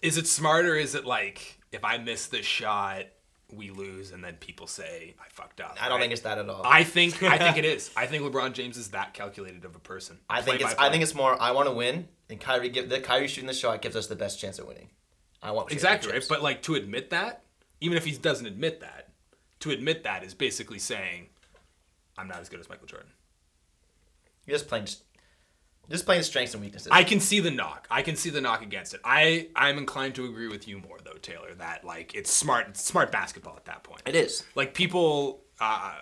Speaker 2: Is it smart or is it like if I miss this shot, we lose, and then people say I fucked up?
Speaker 3: I don't think it's that at all. I,
Speaker 2: I think I think it is. I think LeBron James is that calculated of a person.
Speaker 3: think
Speaker 2: Play
Speaker 3: it's
Speaker 2: by
Speaker 3: I think
Speaker 2: play.
Speaker 3: it's more I want to win and Kyrie give the Kyrie shooting the shot gives us the best chance at winning. I want
Speaker 2: exactly right.
Speaker 3: championships.
Speaker 2: But like to admit that, even if he doesn't admit that, to admit that is basically saying I'm not as good as Michael Jordan.
Speaker 3: You're just playing just, just playing strengths and weaknesses.
Speaker 2: I can see the knock. I can see the knock against it. I I'm inclined to agree with you more though, Taylor. That like it's smart it's smart basketball at that point.
Speaker 3: it is.
Speaker 2: like people uh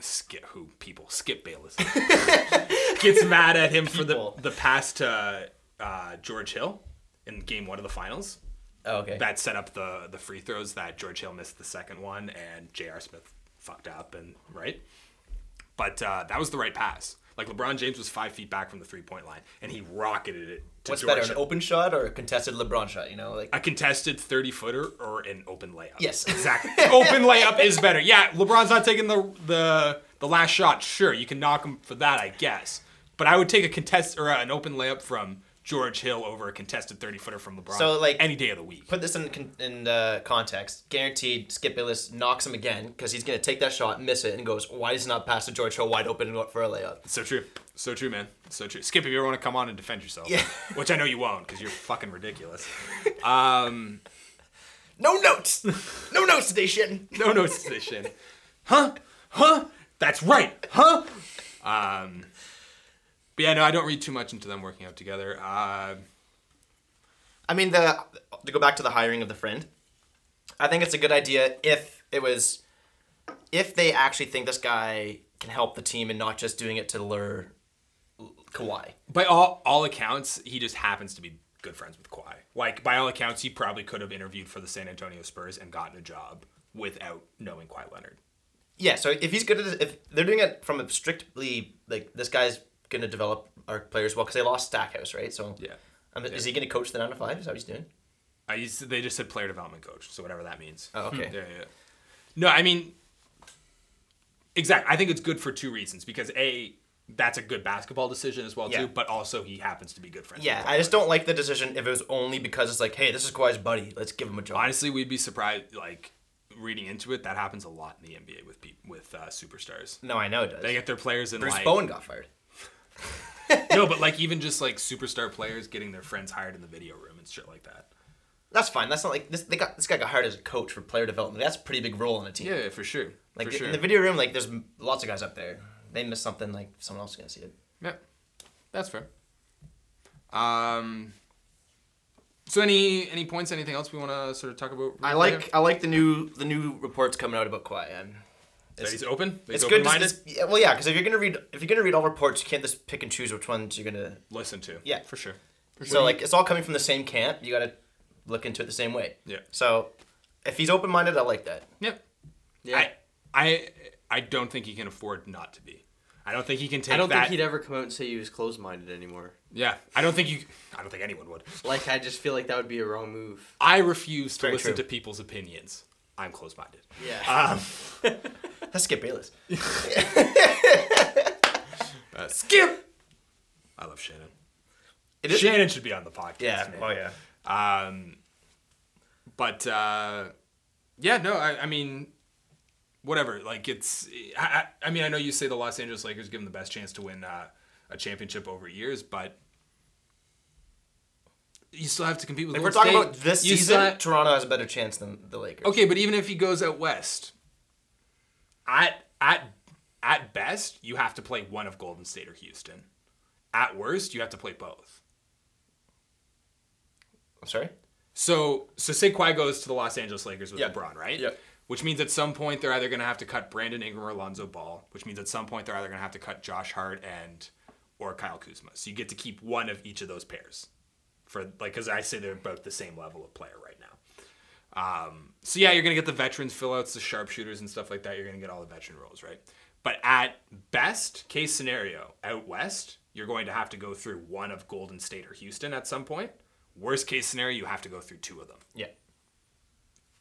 Speaker 2: skip who people skip bayless gets mad at him for
Speaker 3: People.
Speaker 2: the the pass to uh george hill in game one of the finals.
Speaker 3: Oh, okay.
Speaker 2: That set up the the free throws that George Hill missed the second one and J.R. Smith fucked up and right. But uh, that was the right pass. Like LeBron James was five feet back from the three point line and he rocketed it to
Speaker 3: What's
Speaker 2: George
Speaker 3: better, an
Speaker 2: Hill.
Speaker 3: open shot or a contested LeBron shot? You know, like
Speaker 2: a contested 30 footer or an open layup.
Speaker 3: Yes.
Speaker 2: Exactly. open layup is better. Yeah, LeBron's not taking the the the last shot. Sure, you can knock him for that, I guess. But I would take a contest or an open layup from George Hill over a contested 30 footer from LeBron
Speaker 3: So, like-
Speaker 2: any day of the week.
Speaker 3: put this in con- in uh, context. Guaranteed, Skip Bayless knocks him again because he's gonna take that shot, miss it, and goes, "Why does he not pass to George Hill wide open and go up for a layup?"
Speaker 2: So true. So true, man. So true. Skip, if you ever want to come on and defend yourself,
Speaker 3: Yeah.
Speaker 2: which I know you won't because you're fucking ridiculous.
Speaker 3: No notes, no notes today, Shin.
Speaker 2: No no position. Huh? Huh? That's right. Huh? Um, but yeah, no, I don't read too much into them working out together. Uh,
Speaker 3: I mean, the to go back to the hiring of the friend, I think it's a good idea if it was, if they actually think this guy can help the team and not just doing it to lure Kawhi.
Speaker 2: by all all accounts, he just happens to be good friends with Kawhi. Like by all accounts, he probably could have interviewed for the San Antonio Spurs and gotten a job without knowing Kawhi Leonard.
Speaker 3: Yeah, so if he's good at it, if they're doing it from a strictly like this guy's gonna develop our players well because they lost Stackhouse, right? So
Speaker 2: Yeah.
Speaker 3: Um, is he gonna coach the nine to five? Is that what he's doing?
Speaker 2: I used Uh, they just said player development coach, so whatever that means.
Speaker 3: Oh, okay.
Speaker 2: Hmm, Yeah, yeah. No, I mean, exactly. I think it's good for two reasons because a that's a good basketball decision as well
Speaker 3: Yeah.
Speaker 2: too, but also he happens to be good friends.
Speaker 3: Yeah,
Speaker 2: with Kawhi.
Speaker 3: I just don't like the decision if it was only because it's like, hey, this is Kawhi's buddy, let's give him a job.
Speaker 2: honestly, we'd be surprised. Like reading into it, that happens a lot in the NBA with peop with uh, superstars.
Speaker 3: No, I know it does.
Speaker 2: They get their players in
Speaker 3: Bruce
Speaker 2: like
Speaker 3: Bowen got fired.
Speaker 2: no, but like even just like superstar players getting their friends hired in the video room and shit like that.
Speaker 3: That's fine. That's not like this. They got this guy got hired as a coach for player development. That's a pretty big role on a team.
Speaker 2: Yeah, yeah, for sure.
Speaker 3: like
Speaker 2: for
Speaker 3: the-
Speaker 2: sure.
Speaker 3: in the video room, like there's m- lots of guys up there. They miss something, like someone else is gonna see it.
Speaker 2: yeah, that's fair. Um. So any any points? Anything else we want to sort of talk about?
Speaker 3: I like I like the new the new reports coming out about Kawhi. I'm,
Speaker 2: that he's open. that
Speaker 3: It's
Speaker 2: He's
Speaker 3: good.
Speaker 2: open
Speaker 3: To,
Speaker 2: minded.
Speaker 3: just- yeah, well, yeah, because if you're gonna read, if you're gonna read all reports, you can't just pick and choose which ones you're gonna.
Speaker 2: Listen to.
Speaker 3: Yeah.
Speaker 2: for sure. For sure.
Speaker 3: So like, it's all coming from the same camp. You gotta look into it the same way.
Speaker 2: Yeah.
Speaker 3: So, if he's open-minded, I like that.
Speaker 2: Yep.
Speaker 1: Yeah.
Speaker 2: I I I don't think he can afford not to be. I don't think he can take
Speaker 1: I don't
Speaker 2: that.
Speaker 1: think he'd ever come out and say he was closed minded anymore.
Speaker 2: yeah, I don't think you. I don't think anyone would.
Speaker 1: Like, I just feel like that would be a wrong move.
Speaker 2: I refuse to
Speaker 3: Very
Speaker 2: listen
Speaker 3: true.
Speaker 2: to people's opinions. I'm closed-minded.
Speaker 1: Yeah.
Speaker 3: That's Skip Bayless.
Speaker 2: Uh, skip. I love Shannon.
Speaker 3: It is-
Speaker 2: Shannon should be on the podcast.
Speaker 3: Yeah.
Speaker 2: man.
Speaker 3: Oh yeah.
Speaker 2: Um, but uh, yeah, no, I, I mean, whatever. Like it's, I, I, I mean, I know you say the Los Angeles Lakers give them the best chance to win uh, a championship over years, but you still have to compete with.
Speaker 3: If we're
Speaker 2: Golden
Speaker 3: talking
Speaker 2: State.
Speaker 3: about this
Speaker 2: You
Speaker 3: season,
Speaker 2: still ha-
Speaker 3: Toronto has a better chance than the Lakers.
Speaker 2: okay, but even if he goes out west, at at at best, you have to play one of Golden State or Houston. At worst, you have to play both.
Speaker 3: I'm sorry.
Speaker 2: So so say Kawhi goes to the Los Angeles Lakers with
Speaker 3: Yeah.
Speaker 2: LeBron, right?
Speaker 3: Yeah.
Speaker 2: Which means at some point they're either going to have to cut Brandon Ingram or Alonzo Ball, which means at some point they're either going to have to cut Josh Hart and or Kyle Kuzma. So you get to keep one of each of those pairs for like cuz I say they're about the same level of player right now. Um, so yeah, you're going to get the veterans fill outs, the sharpshooters and stuff like that. You're going to get all the veteran roles, right? But at best case scenario, out west, you're going to have to go through one of Golden State or Houston at some point. Worst case scenario, you have to go through two of them.
Speaker 3: Yeah.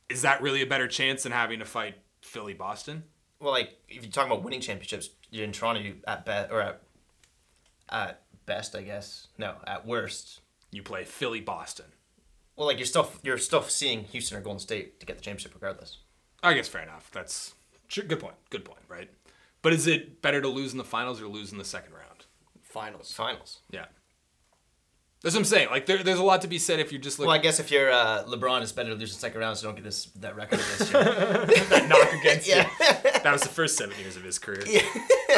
Speaker 2: Is that really a better chance than having to fight Philly Boston?
Speaker 3: Well, like if you're talking about winning championships, you're in Toronto. You at best or at at best, I guess. No, at worst.
Speaker 2: You play Philly Boston.
Speaker 3: Well, like you're still you're still seeing Houston or Golden State to get the championship regardless.
Speaker 2: I guess fair enough. That's sure, good point. Good point, right? But is it better to lose in the finals or lose in the second round?
Speaker 1: Finals.
Speaker 3: Finals.
Speaker 2: Yeah. That's what I'm saying. Like there, there's a lot to be said if you're just
Speaker 3: Well, I
Speaker 2: looking
Speaker 3: guess if you're uh, LeBron, it's better to lose in second round, so don't get this that record against you.
Speaker 2: that knock against
Speaker 3: Yeah.
Speaker 2: you. That was the first seven years of his career.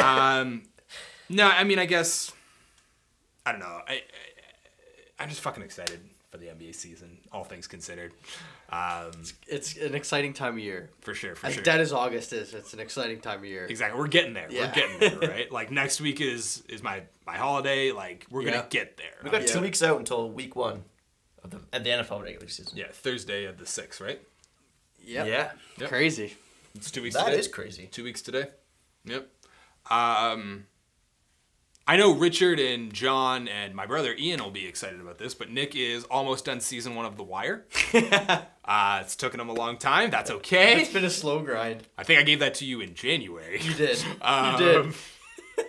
Speaker 2: Um, no, I mean I guess I don't know. I, I I'm just fucking excited for the NBA season, all things considered. Um,
Speaker 1: It's an exciting time of year.
Speaker 2: for sure, for
Speaker 1: As
Speaker 2: sure.
Speaker 1: dead as August is, it's an exciting time of year.
Speaker 2: Exactly. We're getting there.
Speaker 1: Yeah.
Speaker 2: We're getting there, right? like next week is is my my holiday. Like we're
Speaker 1: Yeah.
Speaker 2: gonna get there.
Speaker 3: We've got
Speaker 1: Yeah.
Speaker 3: two weeks out until week one of the, at the NFL regular season.
Speaker 2: Yeah, Thursday of the 6th, right?
Speaker 1: Yep.
Speaker 3: Yeah,
Speaker 2: Yep.
Speaker 1: Crazy.
Speaker 2: It's two weeks
Speaker 3: that
Speaker 2: today.
Speaker 3: is crazy.
Speaker 2: Two weeks today. Yep. Um, I know Richard and John and my brother Ian will be excited about this, but Nick is almost done season one of The Wire. uh, it's taken him a long time. That's okay.
Speaker 1: It's been a slow grind.
Speaker 2: I think I gave that to you in January.
Speaker 1: You did.
Speaker 2: Um,
Speaker 1: you did.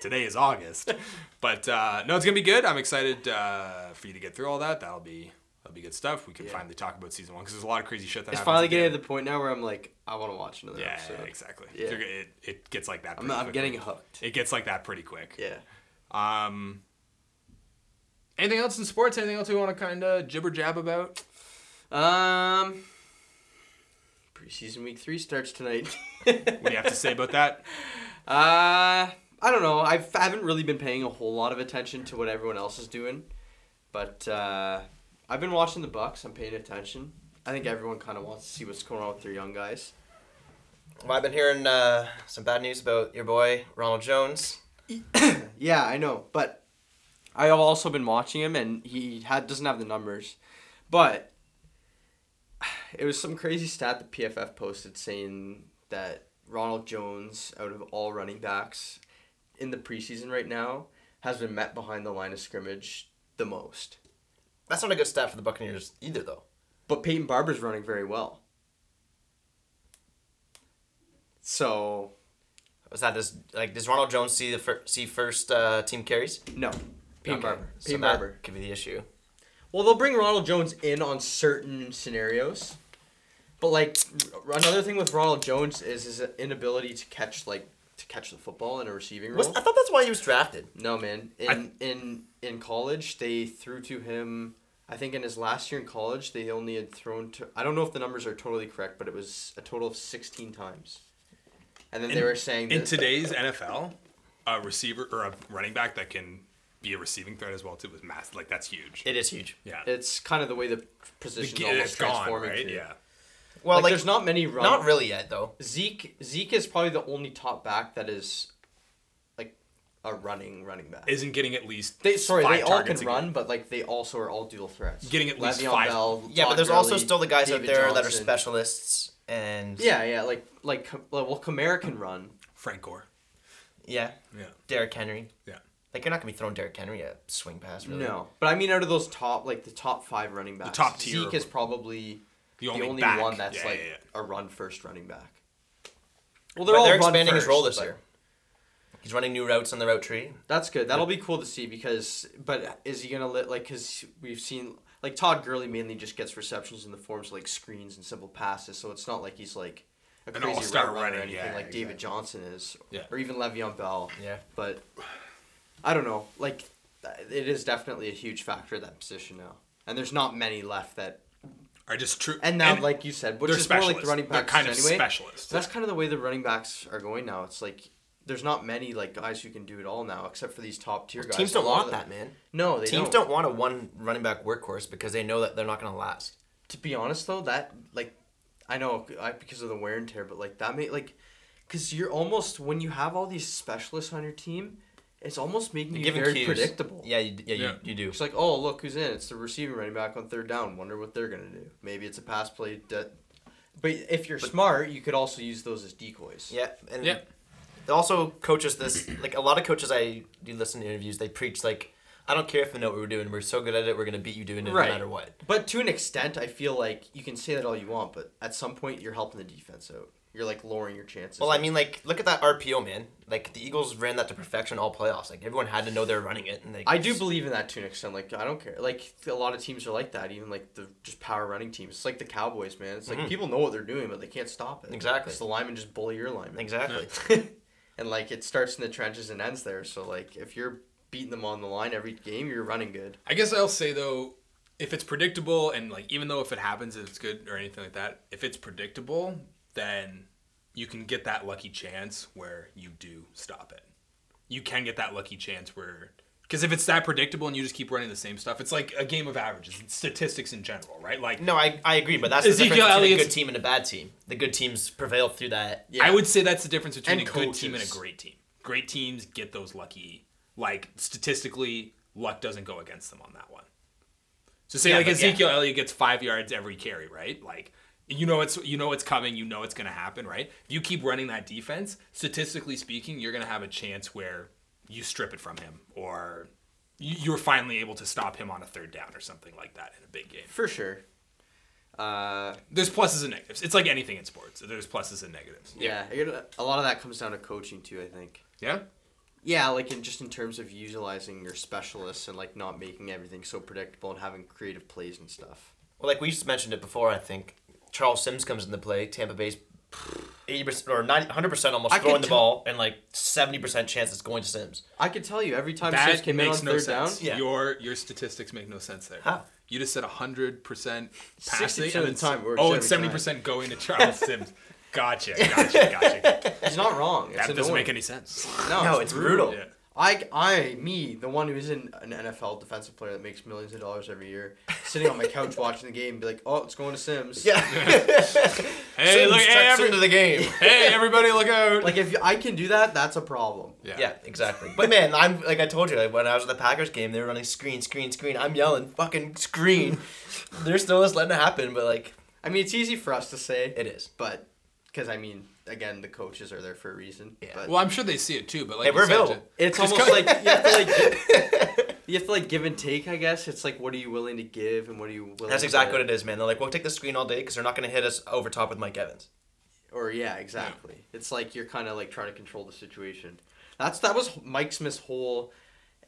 Speaker 2: Today is August, but uh, no, it's gonna be good. I'm excited uh, for you to get through all that. That'll be that'll be good stuff. We can
Speaker 1: Yeah.
Speaker 2: finally talk about season one because there's a lot of crazy shit that
Speaker 1: It's
Speaker 2: happens
Speaker 1: finally
Speaker 2: again.
Speaker 1: getting to the point now where I'm like, I want to watch another
Speaker 2: yeah,
Speaker 1: episode.
Speaker 2: exactly.
Speaker 1: Yeah.
Speaker 2: You're g- It, it gets like that.
Speaker 1: I'm,
Speaker 2: pretty
Speaker 1: not, I'm
Speaker 2: quickly.
Speaker 1: getting hooked.
Speaker 2: It gets like that pretty quick.
Speaker 1: Yeah.
Speaker 2: Um, anything else in sports? Anything else we want to kind of jibber jab about?
Speaker 1: Um. Preseason week three starts tonight.
Speaker 2: What do you have to say about that?
Speaker 1: Uh, I don't know. I've, I haven't really been paying a whole lot of attention to what everyone else is doing, but uh, I've been watching the Bucks. I'm paying attention. I think everyone kind of wants to see what's going on with their young guys.
Speaker 3: Well, I've been hearing uh, some bad news about your boy Ronald Jones.
Speaker 1: Yeah, I know, but I have also been watching him, and he had doesn't have the numbers, but it was some crazy stat that PFF posted saying that Ronald Jones, out of all running backs in the preseason right now, has been met behind the line of scrimmage the most.
Speaker 3: That's not a good stat for the Buccaneers either, though.
Speaker 1: But Peyton Barber's running very well. So
Speaker 3: Was that this like does Ronald Jones see the fir- see first uh, team carries?
Speaker 1: no, Peyton
Speaker 3: Okay,
Speaker 1: Barber.
Speaker 3: so
Speaker 1: Peyton
Speaker 3: that
Speaker 1: Barber.
Speaker 3: could be the issue.
Speaker 1: Well, they'll bring Ronald Jones in on certain scenarios, but like r- another thing with Ronald Jones is his inability to catch like to catch the football in a receiving
Speaker 3: Was,
Speaker 1: role.
Speaker 3: I thought that's why he was drafted.
Speaker 1: No man, in in in college they threw to him. I think in his last year in college they only had thrown to. I don't know if the numbers are totally correct, but it was a total of sixteen times. And then they
Speaker 2: In-
Speaker 1: were saying
Speaker 2: In
Speaker 1: that-
Speaker 2: today's NFL, a receiver or a running back that can be a receiving threat as well too is massive. Like that's huge.
Speaker 3: It is huge.
Speaker 2: Yeah,
Speaker 1: It's kind of the way the position
Speaker 2: The-
Speaker 1: almost
Speaker 2: it's gone,
Speaker 1: transforming.
Speaker 2: right?
Speaker 1: to.
Speaker 2: Yeah.
Speaker 3: Well,
Speaker 1: like,
Speaker 3: like,
Speaker 1: there's not many run.
Speaker 3: not really yet though.
Speaker 1: Zeke Zeke is probably the only top back that is like a running running back.
Speaker 2: Isn't getting at least
Speaker 1: they sorry,
Speaker 2: five
Speaker 1: they all can
Speaker 2: targets a game.
Speaker 1: run, but like they also are all dual threats.
Speaker 2: Getting at least
Speaker 1: Le'Veon
Speaker 2: five-
Speaker 1: Bell,
Speaker 3: Yeah, but
Speaker 1: Todd
Speaker 3: there's also
Speaker 1: Gurley,
Speaker 3: still the guys out
Speaker 1: David
Speaker 3: there that are
Speaker 1: Johnson.
Speaker 3: specialists and
Speaker 1: Yeah, yeah, like like Ka- well, Kamara can run.
Speaker 2: Frank Gore.
Speaker 3: yeah.
Speaker 2: Yeah.
Speaker 3: Derrick Henry.
Speaker 2: Yeah.
Speaker 3: Like you're not gonna be throwing Derrick Henry a swing pass, really.
Speaker 1: No, but I mean, out of those top like the top five running backs,
Speaker 2: top tier.
Speaker 1: Zeke is probably
Speaker 2: The
Speaker 1: the
Speaker 2: only,
Speaker 1: only,
Speaker 2: back.
Speaker 1: one that's
Speaker 2: Yeah,
Speaker 1: like
Speaker 2: yeah, yeah.
Speaker 1: a run first running back. Well,
Speaker 3: But they're
Speaker 1: all run
Speaker 3: expanding his role
Speaker 1: first,
Speaker 3: this
Speaker 1: but-
Speaker 3: year. He's running new routes on the route tree.
Speaker 1: That's good. That'll be cool to see because, but is he gonna let like? Because we've seen like Todd Gurley mainly just gets receptions in the forms of, like screens and simple passes, so it's not like he's like a crazy
Speaker 2: all-star
Speaker 1: route runner or
Speaker 2: running,
Speaker 1: anything
Speaker 2: yeah,
Speaker 1: like David Johnson is,
Speaker 2: Yeah.
Speaker 1: or even Le'Veon Bell.
Speaker 3: Yeah.
Speaker 1: But I don't know. Like, it is definitely a huge factor at that position now, and there's not many left that.
Speaker 2: Are just true.
Speaker 1: And now, like you said, which
Speaker 2: they're
Speaker 1: is more like
Speaker 2: specialists.
Speaker 1: the running
Speaker 2: They're
Speaker 1: backs
Speaker 2: kind of
Speaker 1: anyway.
Speaker 2: specialists.
Speaker 1: So that's kind of the way the running backs are going now. It's like there's not many like guys who can do it all now, except for these top tier guys.
Speaker 3: Teams
Speaker 1: A
Speaker 3: don't
Speaker 1: lot
Speaker 3: want
Speaker 1: of them-
Speaker 3: that, man.
Speaker 1: No, they
Speaker 3: Teams don't want a one running back workhorse because they know that they're not gonna last.
Speaker 1: To be honest though, that like I know I, because of the wear and tear, but like that may like because you're almost when you have all these specialists on your team, it's almost making you
Speaker 3: Given
Speaker 1: very
Speaker 3: cues.
Speaker 1: predictable.
Speaker 3: Yeah, you, yeah,
Speaker 2: Yeah.
Speaker 3: You, you do.
Speaker 1: It's like, oh, look who's in. It's the receiving running back on third down. Wonder what they're going to do. Maybe it's a pass play. De- but if you're smart, you could also use those as decoys.
Speaker 3: Yeah, and
Speaker 2: Yeah.
Speaker 3: also coaches this like a lot of coaches I do listen to interviews. They preach like, I don't care if we know what we're doing. We're so good at it. We're gonna beat you doing it
Speaker 1: Right.
Speaker 3: no matter what.
Speaker 1: But to an extent, I feel like you can say that all you want, but at some point, you're helping the defense out. You're like lowering your chances.
Speaker 3: Well, I mean, like look at that RPO, man. Like the Eagles ran that to perfection all playoffs. Like everyone had to know they were running it, and they.
Speaker 1: I do believe in that to an extent. Like I don't care. Like a lot of teams are like that. Even like the just power running teams. It's like the Cowboys, man. It's like people know what they're doing, but they can't stop it.
Speaker 3: Mm-hmm. Exactly.
Speaker 1: It's the linemen just bully your linemen.
Speaker 3: exactly.
Speaker 1: and like it starts in the trenches and ends there. So like if you're beating them on the line every game, you're running good.
Speaker 2: I guess I'll say though, if it's predictable and like even though if it happens if it's good or anything like that, if it's predictable, then you can get that lucky chance where you do stop it. You can get that lucky chance where because if it's that predictable and you just keep running the same stuff, it's like a game of averages, it's statistics in general, right? Like
Speaker 3: No, I, I agree, but that's the
Speaker 2: Ezekiel
Speaker 3: difference between a
Speaker 2: Elliott's-
Speaker 3: good team and a bad team. The good teams prevail through that.
Speaker 1: Yeah.
Speaker 2: I would say that's the difference between
Speaker 1: And
Speaker 2: a good team and a
Speaker 1: coaches.
Speaker 2: great team. Great teams get those lucky, like statistically, luck doesn't go against them on that one. So say
Speaker 3: Yeah,
Speaker 2: like
Speaker 3: but yeah.
Speaker 2: Ezekiel Elliott gets five yards every carry, right? Like you know it's you know it's coming, you know it's gonna happen, right? If you keep running that defense, statistically speaking, you're gonna have a chance where you strip it from him or you- you're finally able to stop him on a third down or something like that in a big game.
Speaker 1: for sure. Uh,
Speaker 2: There's pluses and negatives. It's like anything in sports. There's pluses and negatives.
Speaker 1: yeah, it- a lot of that comes down to coaching too. I think.
Speaker 2: Yeah.
Speaker 1: Yeah, like in just in terms of utilizing your specialists and like not making everything so predictable and having creative plays and stuff.
Speaker 3: Well, like we just mentioned it before, I think Charles Sims comes into play. Tampa Bay's eighty percent or 100 percent almost
Speaker 1: I could
Speaker 3: throwing the
Speaker 1: tell-
Speaker 3: ball, and like seventy percent chance it's going to Sims.
Speaker 1: I could tell you every time Sims
Speaker 2: That
Speaker 1: came in on
Speaker 2: makes
Speaker 1: third
Speaker 2: no sense.
Speaker 1: down,
Speaker 3: Yeah.
Speaker 2: Your your statistics make no sense there.
Speaker 3: How?
Speaker 2: You just said 100% passing
Speaker 1: 60% of the time works
Speaker 2: Oh,
Speaker 1: every
Speaker 2: it's
Speaker 1: time.
Speaker 2: 70% going to Charles Sims. Gotcha, gotcha, gotcha.
Speaker 1: he's not wrong. It's
Speaker 2: That doesn't
Speaker 1: annoying.
Speaker 2: make any sense.
Speaker 1: No,
Speaker 3: No, it's brutal.
Speaker 2: Yeah.
Speaker 1: I, I, me, the one who's in an NFL defensive player that makes millions of dollars every year, sitting on my couch watching the game, be like, oh, it's going to Sims.
Speaker 3: Yeah.
Speaker 2: Hey,
Speaker 3: Sims
Speaker 2: look, hey,
Speaker 3: checks
Speaker 2: every-
Speaker 3: into the game.
Speaker 2: hey, everybody, look out.
Speaker 1: Like if I can do that, that's a problem.
Speaker 2: yeah.
Speaker 3: Yeah, exactly. But man, I'm like I told you, like, when I was at the Packers game, they were running screen, screen, screen. I'm yelling, fucking screen. They're still just letting it happen, but like
Speaker 1: I mean, it's easy for us to say,
Speaker 3: it is.
Speaker 1: but because I mean, again, the coaches are there for a reason.
Speaker 3: Yeah.
Speaker 1: But
Speaker 2: Well, I'm sure they see it too, but like
Speaker 3: Hey,
Speaker 2: you
Speaker 3: we're
Speaker 2: said,
Speaker 3: available.
Speaker 1: it's
Speaker 2: Just
Speaker 1: almost
Speaker 2: go-
Speaker 1: like you have to like give, you have to like give and take. I guess it's like what are you willing to give and what are you willing.
Speaker 3: That's exactly what it is, man. They're like, we'll take the screen all day because they're not going to hit us over top with Mike Evans.
Speaker 1: Or yeah, exactly. It's like you're kind of like trying to control the situation. That's that was Mike Smith's whole,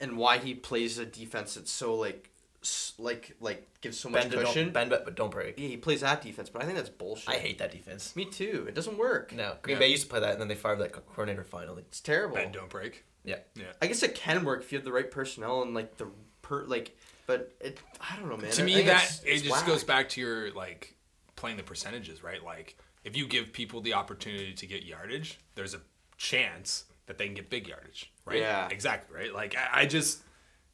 Speaker 1: and why he plays a defense that's so like, s- like like gives so much
Speaker 3: Bend, it,
Speaker 1: cushion.
Speaker 3: don't, bend but, but don't break.
Speaker 1: Yeah, he plays that defense, but I think that's bullshit.
Speaker 3: I hate that defense.
Speaker 1: Me too. It doesn't work.
Speaker 3: No, Green
Speaker 2: Yeah.
Speaker 3: Bay used to play that, and then they fired that co- coordinator finally.
Speaker 1: It's terrible.
Speaker 2: Bend, don't break.
Speaker 3: Yeah.
Speaker 1: I guess it can work if you have the right personnel and like the per like, but it. I don't know, man.
Speaker 2: to
Speaker 1: I
Speaker 2: me,
Speaker 1: think
Speaker 2: that
Speaker 1: it's-
Speaker 2: it
Speaker 1: it's
Speaker 2: just
Speaker 1: whack.
Speaker 2: goes back to your like playing the percentages, right? Like if you give people the opportunity to get yardage, there's a chance that they can get big yardage, right?
Speaker 1: Yeah.
Speaker 2: exactly, right? Like I, I just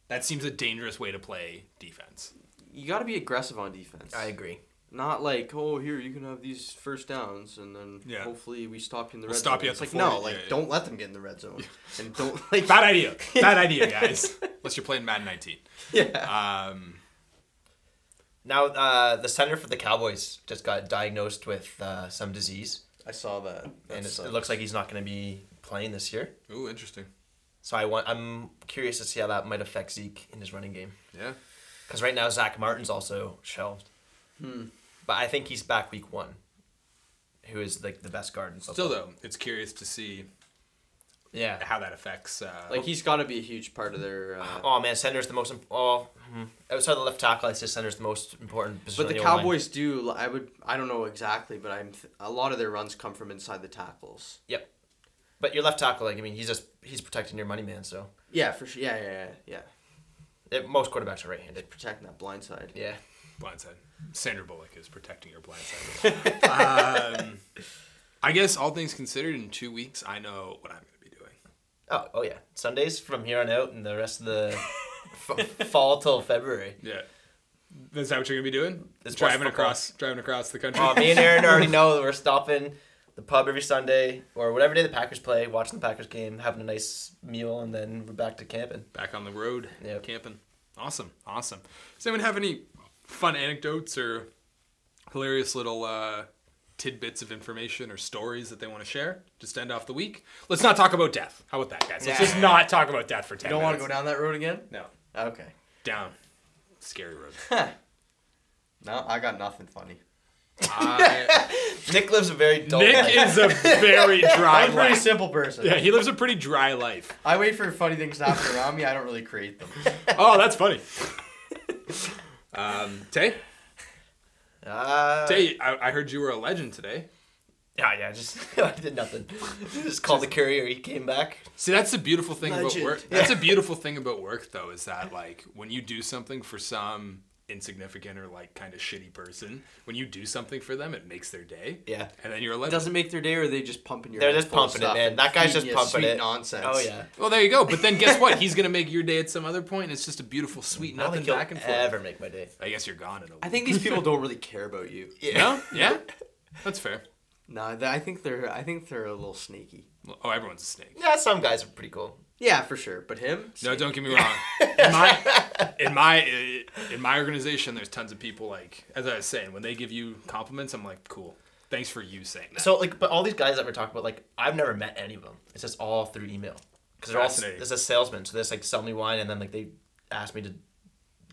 Speaker 2: that seems a dangerous way to play defense.
Speaker 1: You got to be aggressive on defense.
Speaker 3: I agree.
Speaker 1: Not like, oh, here you can have these first downs, and then
Speaker 2: Yeah.
Speaker 1: hopefully we stop you in the
Speaker 2: We'll
Speaker 1: red
Speaker 2: stop
Speaker 1: zone.
Speaker 2: you at
Speaker 1: it's
Speaker 2: the
Speaker 1: like no,
Speaker 2: 40,
Speaker 1: like
Speaker 2: yeah, yeah.
Speaker 1: don't let them get in the red zone, and don't like
Speaker 2: Bad idea. Bad idea, guys. Unless you're playing Madden 19.
Speaker 1: yeah.
Speaker 2: Um,
Speaker 3: Now, uh, the center for the Cowboys just got diagnosed with uh, some disease,
Speaker 1: I saw that.
Speaker 3: and
Speaker 1: That's,
Speaker 3: it's,
Speaker 1: uh,
Speaker 3: it looks like he's not going to be playing this year.
Speaker 2: ooh, interesting.
Speaker 3: So I want, I'm curious to see how that might affect Zeke in his running game.
Speaker 2: Yeah.
Speaker 3: Because right now, Zach Martin's also shelved.
Speaker 1: Hmm.
Speaker 3: But I think he's back week one, who is like the best guard in football.
Speaker 2: Still though, it's curious to see
Speaker 3: Yeah.
Speaker 2: how that affects. Uh,
Speaker 1: like he's got to be a huge part of their. Uh,
Speaker 3: Oh man, center's the most. Imp- oh, outside the left tackle, I say center's the most important position.
Speaker 1: but the
Speaker 3: on O-line.
Speaker 1: Cowboys do. I would. I don't know exactly, but I'm. Th- a lot of their runs come from inside the tackles.
Speaker 3: Yep. But your left tackle, like I mean, he's just he's protecting your money man. So
Speaker 1: Yeah, for sure. Yeah, yeah, yeah, yeah.
Speaker 3: it, most quarterbacks are right-handed.
Speaker 1: Protecting that blind side.
Speaker 3: Yeah.
Speaker 2: blindside. Sandra Bullock is protecting your blindside. um, I guess all things considered, in two weeks, I know what I'm going to be doing.
Speaker 3: Oh, oh yeah. Sundays from here on out, and the rest of the f- fall till February.
Speaker 2: Yeah. Is that what you're gonna be doing?
Speaker 3: It's
Speaker 2: driving
Speaker 3: watch football.
Speaker 2: across, driving across the country.
Speaker 3: Oh, me and Aaron already know that we're stopping the pub every Sunday or whatever day the Packers play, watching the Packers game, having a nice meal, and then we're back to camping.
Speaker 2: Back on the road,
Speaker 3: Yep.
Speaker 2: camping. Awesome, awesome. Does anyone have any fun anecdotes or hilarious little uh, tidbits of information or stories that they want to share? Just to end off the week. Let's not talk about death. How about that, guys? Let's just not talk about death for ten.
Speaker 1: You don't want to
Speaker 2: minutes.
Speaker 1: go down that road again?
Speaker 2: No,
Speaker 1: Okay.
Speaker 2: down. Scary road.
Speaker 1: No, I got nothing funny.
Speaker 2: I-
Speaker 3: Nick lives a very dull
Speaker 2: Nick
Speaker 3: life.
Speaker 2: is a very dry
Speaker 1: I'm a pretty
Speaker 2: life.
Speaker 1: simple person.
Speaker 2: Yeah, he lives a pretty dry life.
Speaker 1: I wait for funny things to happen around me. I don't really create them.
Speaker 2: Oh, that's funny. Um, Tay,
Speaker 3: Ah.
Speaker 2: Tay, I, I heard you were a legend today.
Speaker 3: Yeah, yeah, just I did nothing. Just called the courier. He came back.
Speaker 2: See, that's the beautiful thing
Speaker 1: Legend.
Speaker 2: about work. That's a beautiful thing about work, though, is that like when you do something for some insignificant or like kind of shitty person, when you do something for them, it makes their day.
Speaker 3: Yeah.
Speaker 2: And then you're a
Speaker 1: It
Speaker 2: legend.
Speaker 1: doesn't make their day, or they just pumping your.
Speaker 3: They're
Speaker 1: head
Speaker 3: just
Speaker 1: full of
Speaker 3: pumping it,
Speaker 1: stuff
Speaker 3: man.
Speaker 1: and
Speaker 3: that guy's
Speaker 1: feeding
Speaker 3: just
Speaker 1: you
Speaker 3: pumping
Speaker 1: sweet
Speaker 3: it.
Speaker 1: Nonsense.
Speaker 3: Oh yeah.
Speaker 2: well, there you go. But then guess what? He's gonna make your day at some other point, and it's just a beautiful, sweet
Speaker 3: I don't
Speaker 2: nothing
Speaker 3: think he'll
Speaker 2: back and forth.
Speaker 3: ever make my day.
Speaker 2: I guess you're gone in a week.
Speaker 1: I think these people don't really care about you.
Speaker 2: No. Yeah. That's fair.
Speaker 1: No, th- I think they're. I think they're a little sneaky.
Speaker 2: Oh, everyone's a snake.
Speaker 3: Yeah, some guys are pretty cool.
Speaker 1: Yeah, for sure. But him?
Speaker 2: No, don't get me wrong. In my in my uh, in my organization, there's tons of people like as I was saying when they give you compliments, I'm like, cool. Thanks for you saying that.
Speaker 3: So like, but all these guys that we're talking about, like, I've never met any of them. It's just all through email because they're all
Speaker 2: Fascinating.
Speaker 3: this is salesmen. So they just like sell me wine, and then like they ask me to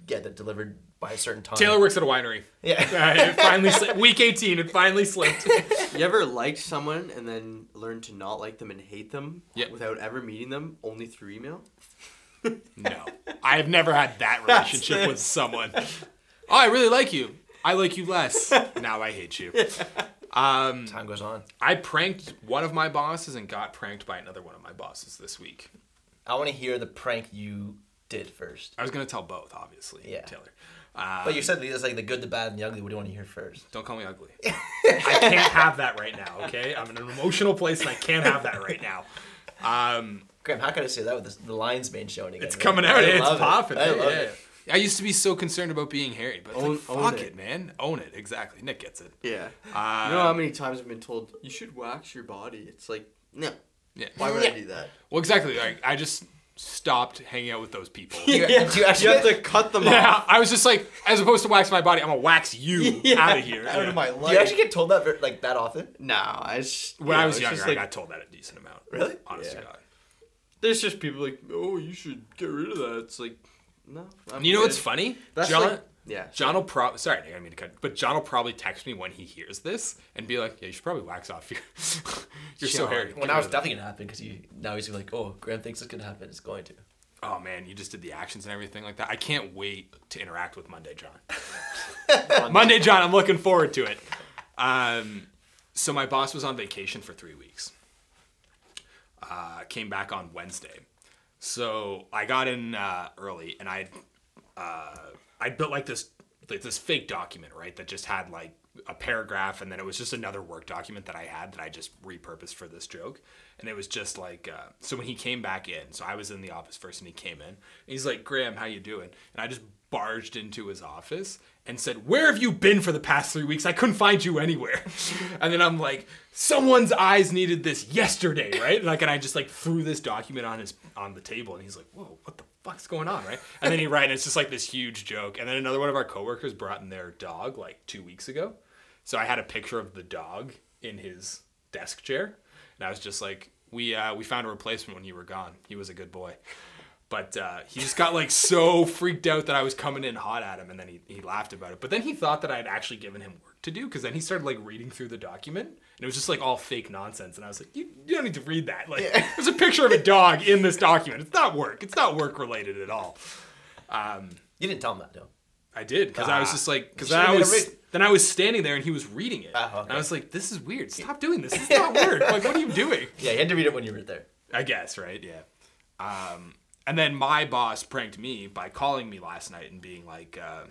Speaker 3: get that delivered by a certain time.
Speaker 2: Taylor works at a winery.
Speaker 3: yeah,
Speaker 2: Alright, it finally slipped. Week 18, it finally slipped.
Speaker 1: You ever liked someone and then learned to not like them and hate them
Speaker 2: Yeah.
Speaker 1: without ever meeting them, only through email?
Speaker 2: No, I have never had that relationship with someone. Oh, I really like you. I like you less. Now I hate you. Um,
Speaker 3: time goes on.
Speaker 2: I pranked one of my bosses and got pranked by another one of my bosses this week.
Speaker 3: I want to hear the prank you did first.
Speaker 2: I was gonna tell both, obviously.
Speaker 3: Yeah.
Speaker 2: Taylor. Uh,
Speaker 3: But you said it's like the good, the bad, and the ugly. What do you want to hear first?
Speaker 2: Don't call me ugly. I can't have that right now, okay? I'm in an emotional place and I can't have that right now. Um,
Speaker 3: Graham, how can I say that with this, the lion's mane showing again?
Speaker 2: it's
Speaker 3: right?
Speaker 2: coming out. eh?
Speaker 3: I
Speaker 2: It's
Speaker 3: love it.
Speaker 2: popping.
Speaker 3: I
Speaker 2: yeah,
Speaker 3: love
Speaker 2: yeah.
Speaker 3: it.
Speaker 2: I used to be so concerned about being hairy, but it's
Speaker 1: Own-
Speaker 2: like,
Speaker 1: own
Speaker 2: fuck
Speaker 1: it.
Speaker 2: it, man. Own it. Exactly. Nick gets it.
Speaker 1: Yeah.
Speaker 2: Uh,
Speaker 1: you know how many times I've been told you should wax your body? It's like no.
Speaker 2: Yeah.
Speaker 1: Why would I do that?
Speaker 2: Well, exactly. Like I just stopped hanging out with those people.
Speaker 3: Do
Speaker 2: Yeah.
Speaker 3: you, do you actually
Speaker 1: You have to cut them off.
Speaker 2: I was just like, as opposed to wax my body, I'm gonna wax you
Speaker 1: Yeah.
Speaker 2: out of here.
Speaker 1: Out
Speaker 2: Yeah.
Speaker 1: of my
Speaker 3: do you
Speaker 1: life.
Speaker 3: actually get told that ver- like that often?
Speaker 1: No, I just
Speaker 2: When
Speaker 1: you
Speaker 2: I
Speaker 1: know,
Speaker 2: was
Speaker 1: it's
Speaker 2: younger,
Speaker 1: just
Speaker 2: I
Speaker 1: like-
Speaker 2: got told that a decent amount.
Speaker 3: Really?
Speaker 2: Honest
Speaker 1: Yeah.
Speaker 2: to God.
Speaker 1: there's just people like, oh, you should get rid of that. It's like, no. I'm
Speaker 2: You know
Speaker 1: good."
Speaker 2: what's funny?
Speaker 1: That's
Speaker 2: John.
Speaker 1: like- yeah.
Speaker 2: John will probably sorry, Nick, I didn't mean to cut, but John will probably text me when he hears this and be like, "Yeah, you should probably wax off your, you're so
Speaker 1: John.
Speaker 2: hairy."
Speaker 3: Well, now it's definitely gonna happen because you now he's like, oh, Graham thinks it's gonna happen. It's going to.
Speaker 2: oh man, you just did the actions and everything like that. I can't wait to interact with Monday John. Monday John, I'm looking forward to it. Um, so my boss was on vacation for three weeks. Uh, came back on Wednesday, so I got in uh, early and I uh, I built like this like this fake document, right? That just had like a paragraph, and then it was just another work document that I had that I just repurposed for this joke. And it was just like uh, so when he came back in, so I was in the office first, and he came in. And he's like, "Graham, how you doing?" And I just barged into his office and said, "Where have you been for the past three weeks? I couldn't find you anywhere." and then I'm like, "Someone's eyes needed this yesterday, right?" Like, and I just like threw this document on his on the table, and he's like, "Whoa, what the fuck's going on, right?" And then he right, and it's just like this huge joke. And then another one of our coworkers brought in their dog like two weeks ago, so I had a picture of the dog in his desk chair, and I was just like, "We uh, we found a replacement when you were gone. He was a good boy." But uh, he just got like so freaked out that I was coming in hot at him, and then he, he laughed about it. But then he thought that I had actually given him work to do, because then he started like reading through the document, and it was just like all fake nonsense. And I was like, you, you don't need to read that. Like, there's a picture of a dog in this document. It's not work. It's not work related at all.
Speaker 3: You didn't tell him that though.
Speaker 2: I did because I was just like because
Speaker 3: Ah. should've
Speaker 2: I
Speaker 3: made him
Speaker 2: was
Speaker 3: read.
Speaker 2: then I was standing there and he was reading it.
Speaker 3: Ah, okay.
Speaker 2: And I was like, this is weird. Stop doing this. It's not work. Like, what are you doing?
Speaker 3: Yeah, you had to read it when you were there.
Speaker 2: I guess, right? Yeah. Um, and then my boss pranked me by calling me last night and being like, uh,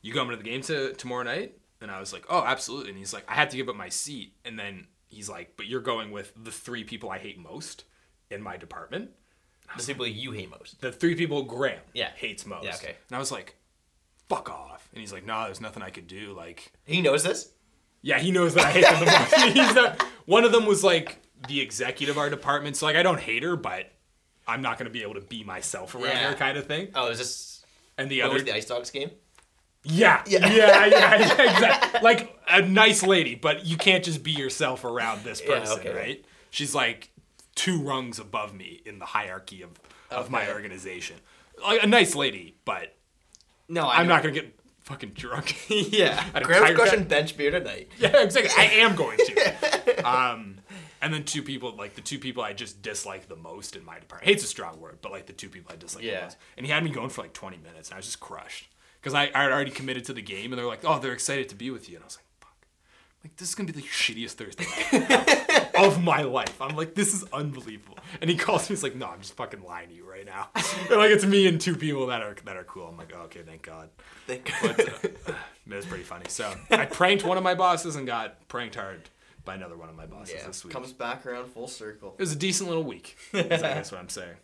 Speaker 2: "You going to the game to, tomorrow night?" And I was like, "Oh, absolutely." And he's like, "I had to give up my seat." And then he's like, "But you're going with the three people I hate most in my department,
Speaker 3: The people you hate most.
Speaker 2: the three people Graham
Speaker 3: Yeah.
Speaker 2: hates most."
Speaker 3: Yeah, okay.
Speaker 2: And I was like, "Fuck off!" And he's like, "No, there's nothing I could do." Like,
Speaker 3: He knows this.
Speaker 2: yeah, he knows that I hate them the most. He's not, one of them was like the executive of our department, so like I don't hate her, but I'm not gonna be able to be myself around
Speaker 3: Yeah.
Speaker 2: her kind of thing.
Speaker 3: Oh, is this?
Speaker 2: And the
Speaker 3: What
Speaker 2: other,
Speaker 3: was the Ice Dogs game?
Speaker 2: yeah, yeah, yeah, yeah, exactly. Like a nice lady, but you can't just be yourself around this
Speaker 3: Yeah,
Speaker 2: person,
Speaker 3: okay.
Speaker 2: right? She's like two rungs above me in the hierarchy of of my
Speaker 3: Okay.
Speaker 2: organization. Like a nice lady, but
Speaker 1: no, I
Speaker 2: I'm not gonna get fucking drunk.
Speaker 1: Yeah.
Speaker 2: at a
Speaker 3: Graham's
Speaker 2: pirate-
Speaker 3: crushing bench beer tonight.
Speaker 2: Yeah, exactly. I am going to. Um, and then two people, like the two people I just dislike the most in my department. Hate's a strong word, but like the two people I dislike
Speaker 1: Yeah.
Speaker 2: the most. And he had me going for like 20 minutes, and I was just crushed because I, I had already committed to the game, and they're like, "Oh, they're excited to be with you," and I was like, "Fuck!" Like this is gonna be the shittiest Thursday night of my life. I'm like, this is unbelievable. And he calls me. He's like, "No, I'm just fucking lying to you right now." and like it's me and two people that are that are cool. I'm like, oh, "Okay, thank God." It was pretty funny. So I pranked one of my bosses and got pranked hard by another one of my bosses
Speaker 3: Yeah,
Speaker 2: this week.
Speaker 1: Comes back around full circle.
Speaker 2: it was a decent little week. is I guess what I'm saying.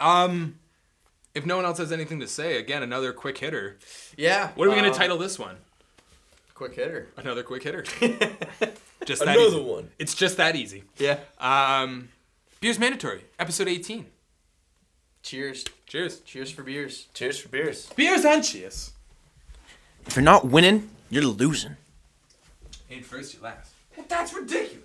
Speaker 2: Um, if no one else has anything to say, again, another quick hitter.
Speaker 1: Yeah.
Speaker 2: What are we
Speaker 1: uh,
Speaker 2: gonna title this one?
Speaker 1: Quick hitter.
Speaker 2: Another quick hitter. just that easy.
Speaker 3: one.
Speaker 2: It's just that easy.
Speaker 1: Yeah.
Speaker 2: Um, Beer's mandatory. Episode 18.
Speaker 1: Cheers.
Speaker 2: Cheers.
Speaker 1: Cheers for beers.
Speaker 3: Cheers for beers.
Speaker 2: Beers and cheers.
Speaker 3: If you're not winning, you're losing.
Speaker 2: And first, you last. Well, that's ridiculous.